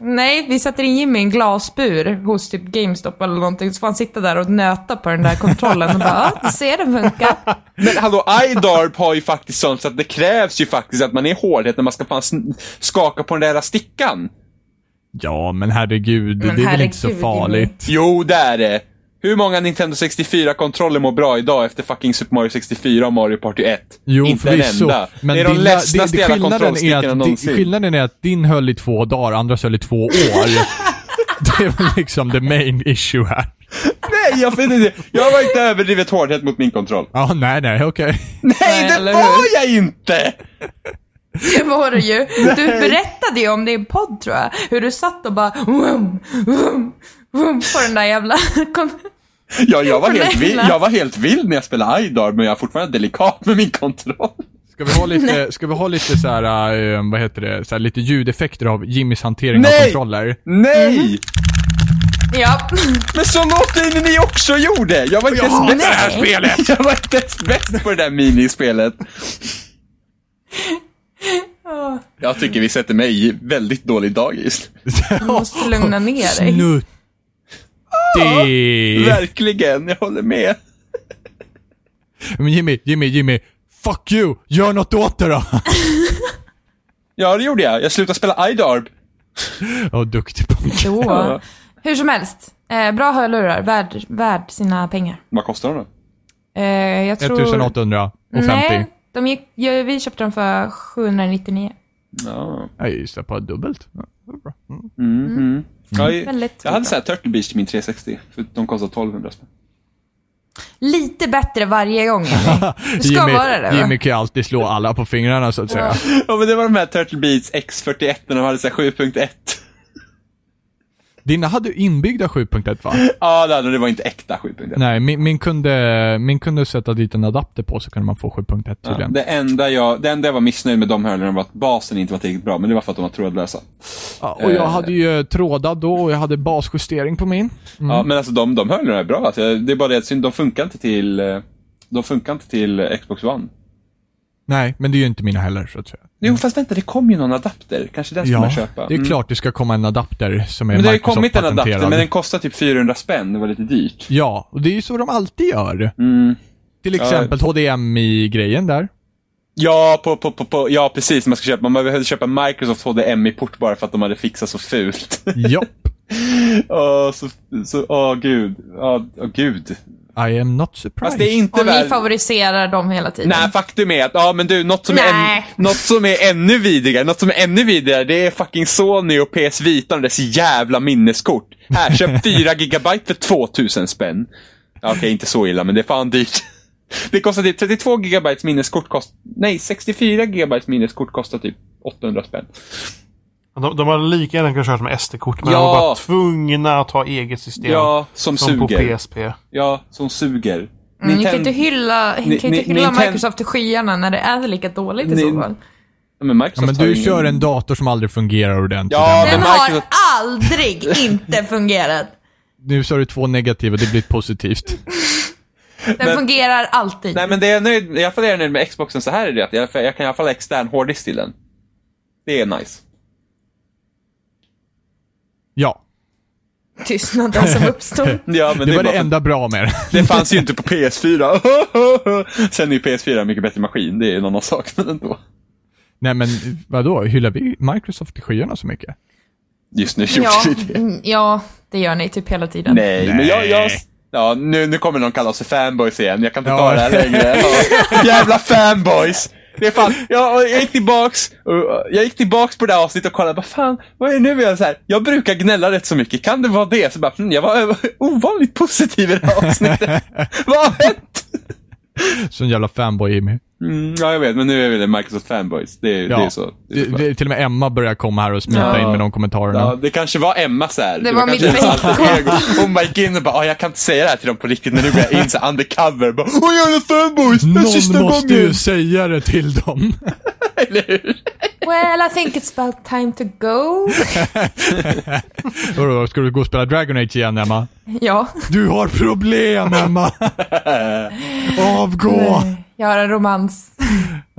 Speaker 4: Nej, vi sätter in Jimmy i en glasbur hos typ GameStop eller någonting, så får han sitta där och nöta på den där kontrollen och bara, ja, du ser den funkar.
Speaker 1: Men hallå, iDarb har ju faktiskt sånt så att det krävs ju faktiskt att man är hårdhet när man ska fan sn- skaka på den där jävla stickan.
Speaker 2: Ja, men herregud. det är väl inte så
Speaker 4: herregud,
Speaker 2: farligt.
Speaker 1: Jo, det är det. Hur många Nintendo 64-kontroller mår bra idag efter fucking Super Mario 64 och Mario Party 1?
Speaker 2: Jo,
Speaker 1: inte en
Speaker 2: förvisso.
Speaker 1: enda.
Speaker 2: Men
Speaker 1: det är de
Speaker 2: din-
Speaker 1: ledsnaste
Speaker 2: det- det-
Speaker 1: jävla
Speaker 2: skillnaden är
Speaker 1: kontrollstickorna
Speaker 2: att, di-
Speaker 1: någonsin.
Speaker 2: Skillnaden är att din höll i två dagar, andras höll i två år. det är väl liksom the main issue här.
Speaker 1: Nej, jag vet inte. Jag var inte överdrivet hårdhet mot min kontroll.
Speaker 2: Ja, nej, nej, okej.
Speaker 1: Nej, det
Speaker 4: eller
Speaker 1: var jag inte!
Speaker 4: Det var det ju. Du berättade ju om det i en podd tror jag. Hur du satt och bara vum, vum, vum på den där jävla... kon-
Speaker 1: Ja, jag, var helt vild,
Speaker 4: Förnämla.
Speaker 1: jag var helt vild när jag spelade iDarb, men jag är fortfarande delikat med min kontroll.
Speaker 2: Ska vi ha lite, ska vi ha lite så här, eh, vad heter det, så här, lite ljudeffekter av Jimmys hantering av
Speaker 1: Nej!
Speaker 2: kontroller?
Speaker 1: Nej!
Speaker 4: Ja.
Speaker 1: Men så låter det ni också gjorde! Jag var inte ens bäst.
Speaker 4: det här
Speaker 1: spelet! Jag var inte ens bäst på det där minispelet. Jag tycker vi sätter mig i väldigt dålig dag just
Speaker 4: Du måste lugna ner dig.
Speaker 2: Snutt. Det...
Speaker 1: Ah!
Speaker 2: Mm.
Speaker 1: Verkligen, jag håller med.
Speaker 2: Men Jimmy, Jimmy, Jimmy. Fuck you! Gör något åt det då!
Speaker 1: Ja, det gjorde jag. Jag slutade spela iDarb.
Speaker 2: Ja, duktig punk.
Speaker 4: Då. Hur som helst. Eh, bra hörlurar. Värd, värd sina pengar.
Speaker 1: Vad kostar de då?
Speaker 4: Eh, jag tror...
Speaker 2: 1850.
Speaker 4: Nej, de gick, ja, vi köpte dem för 799.
Speaker 1: Ja. mhm.
Speaker 2: Jag gissar på dubbelt. Ja, det var bra. Mm.
Speaker 1: Ja, jag,
Speaker 4: Väldigt
Speaker 1: jag hade
Speaker 4: bra.
Speaker 1: så här Turtle Beach till min 360. För de kostar 1200 spänn.
Speaker 4: Lite bättre varje gång. Jimmy. Du ska
Speaker 2: Jimmy,
Speaker 4: vara det. va?
Speaker 2: Jimmy kan ju alltid slå alla på fingrarna så att säga.
Speaker 1: Ja, men det var de här Turtle Beats X41 när de hade så här 7.1.
Speaker 2: Dina hade inbyggda 7.1 va?
Speaker 1: Ja, det hade- det var inte äkta 7.1.
Speaker 2: Nej, min, min, kunde, min kunde sätta dit en adapter på så kunde man få 7.1 tydligen.
Speaker 1: Det enda, jag, det enda jag var missnöjd med de hörlurarna var att basen inte var tillräckligt bra, men det var för att de var trådlösa.
Speaker 2: Ja, och
Speaker 1: eh,
Speaker 2: jag hade ju trådad då och jag hade basjustering på min.
Speaker 1: Ja, men alltså de, de hörlurarna är bra. Alltså, det är bara det att synd, de funkar inte till, eh, de funkar inte till eh, Xbox One.
Speaker 2: Nej, men det är ju inte mina heller så att säga.
Speaker 1: Jo, fast vänta, det kom ju någon adapter. Kanske den ska man köpa.
Speaker 2: det är
Speaker 1: Mm.
Speaker 2: klart det ska komma en adapter som är
Speaker 1: Men det har ju
Speaker 2: Microsoft
Speaker 1: kommit en adapter,
Speaker 2: patenterad.
Speaker 1: men den kostar typ 400 spänn. Det var lite dyrt. Mm.
Speaker 2: Ja, och det är ju så de alltid gör. Till exempel HDMI-grejen där.
Speaker 1: Ja, på, på, på, på, ja precis. Man, ska köpa, man behövde köpa Microsoft HDMI-port bara för att de hade fixat så fult.
Speaker 2: Jopp.
Speaker 1: Åh, så, så, åh gud. Åh, åh, gud.
Speaker 2: I am not surprised.
Speaker 1: Fast det är inte
Speaker 4: Och ni
Speaker 1: väl...
Speaker 4: favoriserar dem hela tiden.
Speaker 1: Nej, faktum är att, ja men du, något som, är än,
Speaker 4: Nej.
Speaker 1: något som är ännu vidrigare, något som är ännu vidrigare, det är fucking Sony och PS Vita och dess jävla minneskort. Här, köp 4 gigabyte för 2000 spänn. Ja, Okej, inte så illa, men det är fan dyrt. Det kostar typ 32 gigabytes minneskort kost... Nej, 64 gigabytes minneskort kostar typ 800 spänn.
Speaker 3: De, de hade lika gärna kunnat köra med SD-kort, men
Speaker 1: Ja.
Speaker 3: de var bara tvungna att ha eget system.
Speaker 1: Ja, som,
Speaker 3: som på
Speaker 1: suger.
Speaker 3: PSP.
Speaker 1: Ja, som suger.
Speaker 4: Mm, ni kan
Speaker 1: Nintendo-
Speaker 4: inte hylla, ni, kan
Speaker 1: Ni-
Speaker 4: inte hylla
Speaker 1: Ninten-
Speaker 4: Microsoft till skyarna när det är lika dåligt i
Speaker 1: Ni-
Speaker 4: så fall.
Speaker 1: Ja, men Microsoft
Speaker 2: Ja, men
Speaker 1: har
Speaker 2: du
Speaker 1: ingen-
Speaker 2: kör en dator som aldrig fungerar ordentligt.
Speaker 1: Ja,
Speaker 4: Den
Speaker 1: men
Speaker 4: har
Speaker 1: Microsoft-
Speaker 4: aldrig inte fungerat.
Speaker 2: Nu sa du två negativa, det blir ett positivt.
Speaker 4: Den
Speaker 1: Men-
Speaker 4: fungerar alltid.
Speaker 1: Nej, men det jag är nöjd, i alla fall är jag nöjd med Xboxen så här är det att jag, jag kan i alla fall ha extern hårddisk till den. Det är nice.
Speaker 2: Ja,
Speaker 4: Tystnaden som uppstod.
Speaker 1: Ja, men
Speaker 2: det, var
Speaker 1: är bara
Speaker 2: det
Speaker 1: för-
Speaker 2: enda bra med det.
Speaker 1: Det fanns ju inte på PS4. Sen är ju PS4 en mycket bättre maskin. Det är en annan sak, men ändå.
Speaker 2: Nej men vadå, hyllar vi Microsoft i skyarna så mycket?
Speaker 1: Just nu gjorde
Speaker 4: Ja,
Speaker 1: vi det.
Speaker 4: mm, ja, det gör ni typ hela tiden.
Speaker 1: Nej, men jag... jag ja, nu, nu kommer någon kalla oss för fanboys igen. Jag kan inte ta det här längre. Ja. Jävla fanboys! Det är fan, jag, jag gick tillbaks och- jag gick tillbaks på det här avsnittet och kollade. Vad fan, vad är det nu vi gör så här? Jag brukar gnälla rätt så mycket. Kan det vara det? Så bara, mm, jag var ö- ovanligt positiv i det här avsnittet. vad har hänt?
Speaker 2: Sån jävla fanboy Jimmy.
Speaker 1: Mm, ja, jag vet, men nu är vi det Microsoft fanboys. Det, är- det är så. Det är så
Speaker 2: Det- det- till och med Emma börjar komma här och smita
Speaker 1: Ja.
Speaker 2: in med de kommentarerna.
Speaker 1: Ja, det kanske var Emma så här.
Speaker 4: var mitt
Speaker 1: kanske
Speaker 4: fake.
Speaker 1: hennes alter ego. Hon bara gick in och bara, "Ah, jag kan inte säga det här till dem på riktigt, men nu går jag in så här undercover. Bara, Åh, jag är fanboys! Det är sista
Speaker 2: Någon måste ju
Speaker 1: gången!
Speaker 2: säga det till dem.
Speaker 1: Eller hur?
Speaker 4: Well, I think it's about time to go.
Speaker 2: Vadå, ska du gå och spela Dragon Age igen Emma?
Speaker 4: Ja,
Speaker 2: Du har problem Emma! Avgå!
Speaker 4: jag har en romans.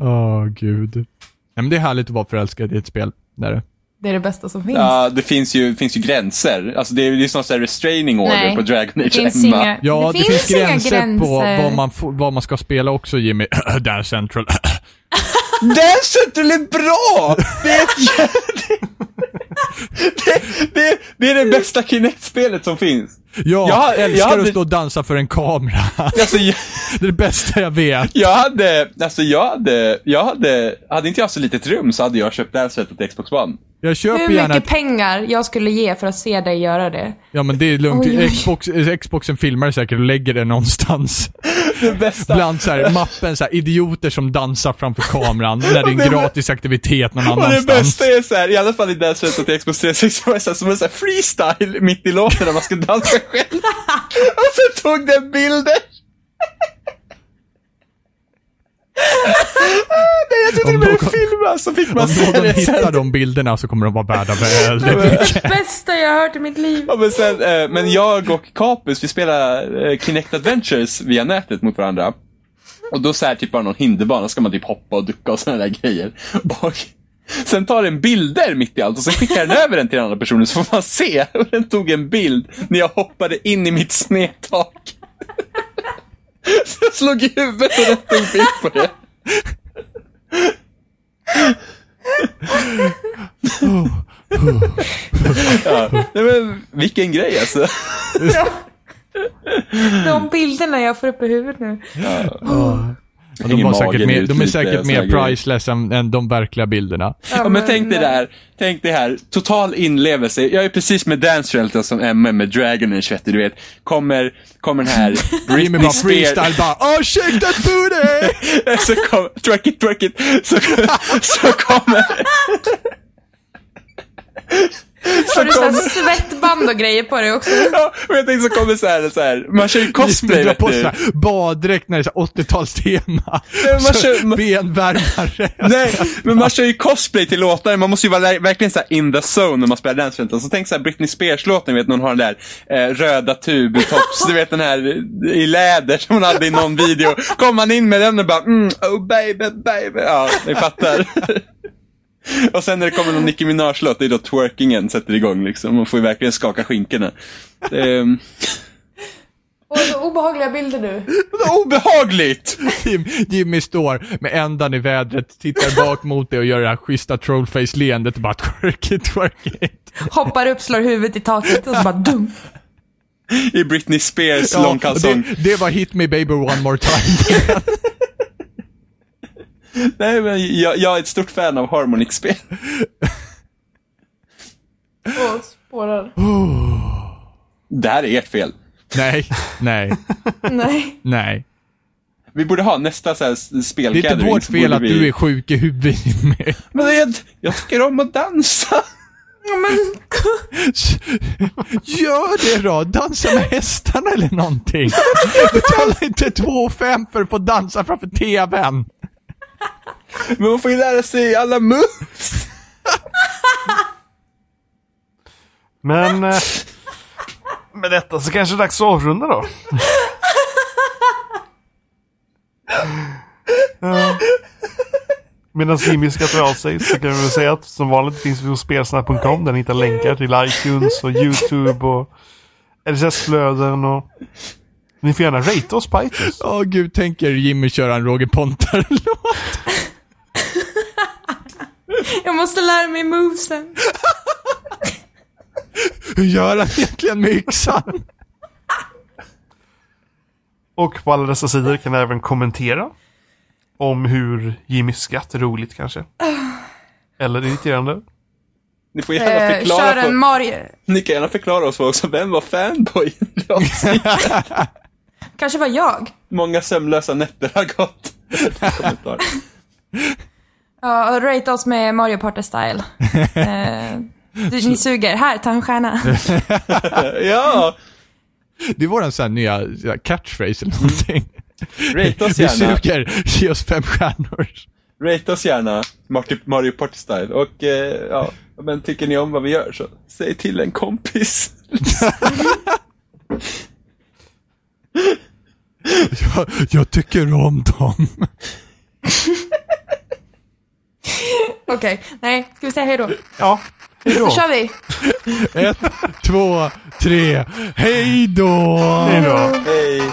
Speaker 2: Åh gud. Nej, men det är härligt att vara förälskad i ett spel. Det är det.
Speaker 4: Det är det bästa som finns.
Speaker 1: Ja, det finns ju, finns ju gränser. Alltså det är ju snarare så här restraining order
Speaker 4: Nej,
Speaker 1: på Dragon
Speaker 4: det
Speaker 1: Age
Speaker 4: finns
Speaker 1: Emma.
Speaker 4: inga,
Speaker 2: Ja, det, finns,
Speaker 4: inga
Speaker 2: gränser, på
Speaker 4: gränser.
Speaker 2: vad man, får, vad man ska spela också Jimmy. Dance Central.
Speaker 1: Där sätter du bra! Det är, ett jä- det, det, det är det bästa Kinect-spelet som finns.
Speaker 2: ja,
Speaker 1: Jag-
Speaker 2: jag älskar
Speaker 1: jag-
Speaker 2: att stå och dansa för en kamera.
Speaker 1: Alltså, jag-
Speaker 2: Det är det bästa jag vet.
Speaker 1: Jag hade, alltså jag hade, jag hade, hade inte jag så litet rum så hade jag köpt det här sättet till Xbox One.
Speaker 2: Jag köper
Speaker 4: Hur
Speaker 2: gärna
Speaker 4: mycket
Speaker 2: ett,
Speaker 4: pengar jag skulle ge för att se dig göra det.
Speaker 2: Ja men det är lugnt.
Speaker 4: Oj, oj.
Speaker 2: Xbox, Xboxen filmar det säkert och lägger det någonstans.
Speaker 1: Det bästa.
Speaker 2: Bland så här, mappen så här, idioter som dansar framför kameran när det är en
Speaker 1: det-
Speaker 2: gratis aktivitet någon
Speaker 1: och det
Speaker 2: annanstans.
Speaker 1: bästa är så här, i alla fall i det här sättet till Xbox 360 var det så här, som en så här freestyle mitt i låten när man ska dansa själv. Och så tog den bilder. Ah, Nej, jag tror till och
Speaker 2: Om
Speaker 1: med det
Speaker 2: någon-
Speaker 1: filmas så fick man
Speaker 2: Om
Speaker 1: se
Speaker 2: någon
Speaker 1: det sen.
Speaker 2: hittar de bilderna så kommer de vara värda väldigt
Speaker 4: Bästa jag har hört i mitt liv.
Speaker 1: Ja, men, sen, eh, men jag och Capus, vi spelar eh, Kinect Adventures via nätet mot varandra. Och då så här typ bara någon hinderbana, ska man typ hoppa och ducka och sådana där grejer. Och sen tar den bilder mitt i allt och sen skickar den över den till den andra personen så får man se. Och den tog en bild när jag hoppade in i mitt snedtak. Så jag slog i huvudet och den tog bild på det. Ja. Nej, men, vilken grej alltså.
Speaker 4: De bilderna jag får upp i huvudet nu.
Speaker 2: Ja, de, har säkert mer, de är säkert mer
Speaker 1: price.
Speaker 2: priceless än, än de verkliga bilderna.
Speaker 1: Ja, men tänk det där. Tänk det här. Total inlevelse. Jag är precis med Dance Realtor som Emma med Dragon Age, vet du. du vet. Kommer, kommer den här
Speaker 2: Jimmy bara
Speaker 1: Britney
Speaker 2: freestyle
Speaker 1: Spears.
Speaker 2: bara oh shake that booty!
Speaker 1: så kommer, twerk it, twerk it. Så, så kommer,
Speaker 4: Har du så här svettband och grejer på dig också?
Speaker 1: ja, men jag tänkte så kommer så här, så här. Man kör ju cosplay,
Speaker 2: Jimmy drar
Speaker 1: vet
Speaker 2: på
Speaker 1: du.
Speaker 2: sig baddräkt när det är så här 80-talstema.
Speaker 1: men man kör-
Speaker 2: Så Benvärmare.
Speaker 1: Nej, men man kör ju cosplay till låtar. Man måste ju vara verkligen så här in the zone när man spelar Dance Realtor. Så tänk så här Britney Spears-låten, vet någon har den där eh, röda tubtops, du vet den här eh, i läder som hon hade i någon video. Kom man in med den och bara mm, oh baby, baby. Ja, ni fattar. och sen när det kommer någon Nicki Minaj-låt, det är då twerkingen sätter igång liksom. Man får ju verkligen skaka skinkorna. Ehm,
Speaker 4: Och så obehagliga bilder nu.
Speaker 1: vad obehagligt!
Speaker 2: Jim, Jimmy står med ändan i vädret, tittar bak mot dig och gör det här schyssta trollface-leendet och bara twerk it, twerk it.
Speaker 4: Hoppar upp, slår huvudet i taket och så bara dum.
Speaker 1: I Britney Spears
Speaker 2: Ja,
Speaker 1: långkalsong.
Speaker 2: det, det var hit me baby one more time.
Speaker 1: Nej, men jag, jag är ett stort fan av Harmonix-spel.
Speaker 4: Och spårar.
Speaker 1: Det här är ert fel.
Speaker 2: nej, nej,
Speaker 4: Nej.
Speaker 2: nej.
Speaker 1: Vi borde ha nästa så här s-
Speaker 2: Det är inte
Speaker 1: spelgathering.
Speaker 2: vårt
Speaker 1: så
Speaker 2: fel
Speaker 1: borde
Speaker 2: att
Speaker 1: vi-
Speaker 2: du är sjuk i huvudet Jimmy.
Speaker 1: Men jag, jag tycker om att dansa.
Speaker 4: Ja, men
Speaker 2: Gör det då! Dansa med hästarna eller någonting. Betala inte 2 5 för att få dansa framför TVn.
Speaker 1: Men man får ju lära sig alla moves.
Speaker 3: Men eh, med detta så kanske det är dags att avrunda då. Ja. Medan Jimmy skrattar av sig så kan vi väl säga att som vanligt finns vi på spelsnack.com där ni hittar länkar till iTunes och YouTube och RSS-flöden och... Ni får gärna rate oss på iTunes.
Speaker 2: Åh gud, tänker Jimmy köra en Roger Pontare-låt.
Speaker 4: jag måste lära mig movesen.
Speaker 2: Hur gör han egentligen med yxan?
Speaker 3: Och på alla dessa sidor kan ni även kommentera. Om hur Jimmys skratt är roligt kanske. Eller irriterande.
Speaker 1: Ni får gärna
Speaker 4: Eh,
Speaker 1: förklara.
Speaker 4: kör en
Speaker 1: För,
Speaker 4: Mario.
Speaker 1: ni kan gärna förklara oss också. Vem var fanboy? i avsnittet?
Speaker 4: Kanske var jag.
Speaker 1: Många sömnlösa nätter har gått. Kommentar.
Speaker 4: Ja, och rate oss med Mario Party-style. Eh, du, ni suger. Här, ta en stjärna.
Speaker 1: Eh, ja,
Speaker 2: Det är våran sån här nya så här catchphrase eller någonting.
Speaker 1: Mm. rate oss
Speaker 2: Vi
Speaker 1: gärna.
Speaker 2: suger, ge oss fem stjärnor.
Speaker 1: Rate oss gärna. Marty, Mario Party Style. Och eh, ja, men tycker ni om vad vi gör så säg till en kompis.
Speaker 2: Jag, jag tycker om dem.
Speaker 4: Okej, nej. Ska vi säga hej då?
Speaker 3: Ja, hejdå.
Speaker 4: Då kör vi.
Speaker 2: Ett, två, tre, hej då!
Speaker 3: Hejdå.
Speaker 1: Hej.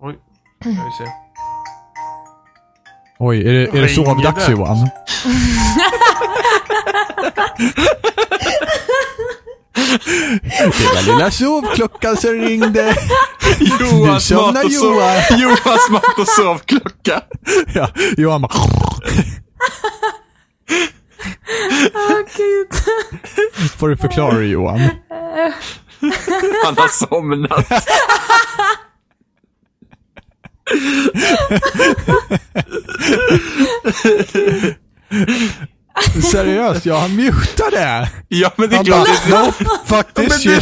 Speaker 3: Oj. Ska vi se.
Speaker 2: Oj, är det, är
Speaker 3: Ringer
Speaker 2: det sovdags
Speaker 3: det?
Speaker 2: Johan? Lilla, lilla sovklockan som ringde.
Speaker 1: Johan
Speaker 2: somnar,
Speaker 1: mat och sov-
Speaker 2: Johan.
Speaker 1: Johans mat och sovklocka.
Speaker 2: Ja, Johan bara...
Speaker 4: Åh Ah, gud.
Speaker 2: Får du förklara det, Johan?
Speaker 1: Han har somnat.
Speaker 2: Seriöst, jag han mutade.
Speaker 1: Ja, men det är
Speaker 2: Han
Speaker 1: klart.
Speaker 2: bara,
Speaker 1: det-
Speaker 2: nope, fuck
Speaker 1: Men
Speaker 2: this
Speaker 1: det,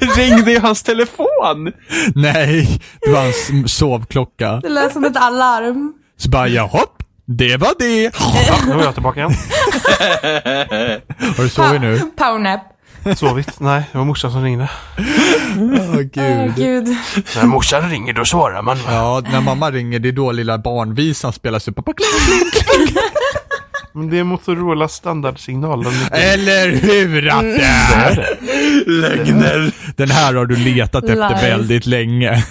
Speaker 1: det ringde ju hans telefon.
Speaker 2: Nej, det var hans sovklocka.
Speaker 4: Det lät som ett alarm.
Speaker 2: Så bara, ja, hopp, det var det.
Speaker 3: Ja, nu är jag tillbaka igen.
Speaker 2: Har du sovit nu?
Speaker 4: Powernap.
Speaker 3: Sovit? Nej, det var morsan som ringde.
Speaker 2: Åh,
Speaker 4: Åh
Speaker 2: gud.
Speaker 4: gud.
Speaker 3: När morsan ringer då svarar man.
Speaker 2: Ja, när mamma ringer, det är då lilla barnvisan spelas upp. Pappa, klick.
Speaker 3: Men det är Motorola standardsignal. Den är-
Speaker 2: Eller hur Atte?
Speaker 1: Lögner.
Speaker 2: Den här har du letat efter
Speaker 4: Lies.
Speaker 2: väldigt länge.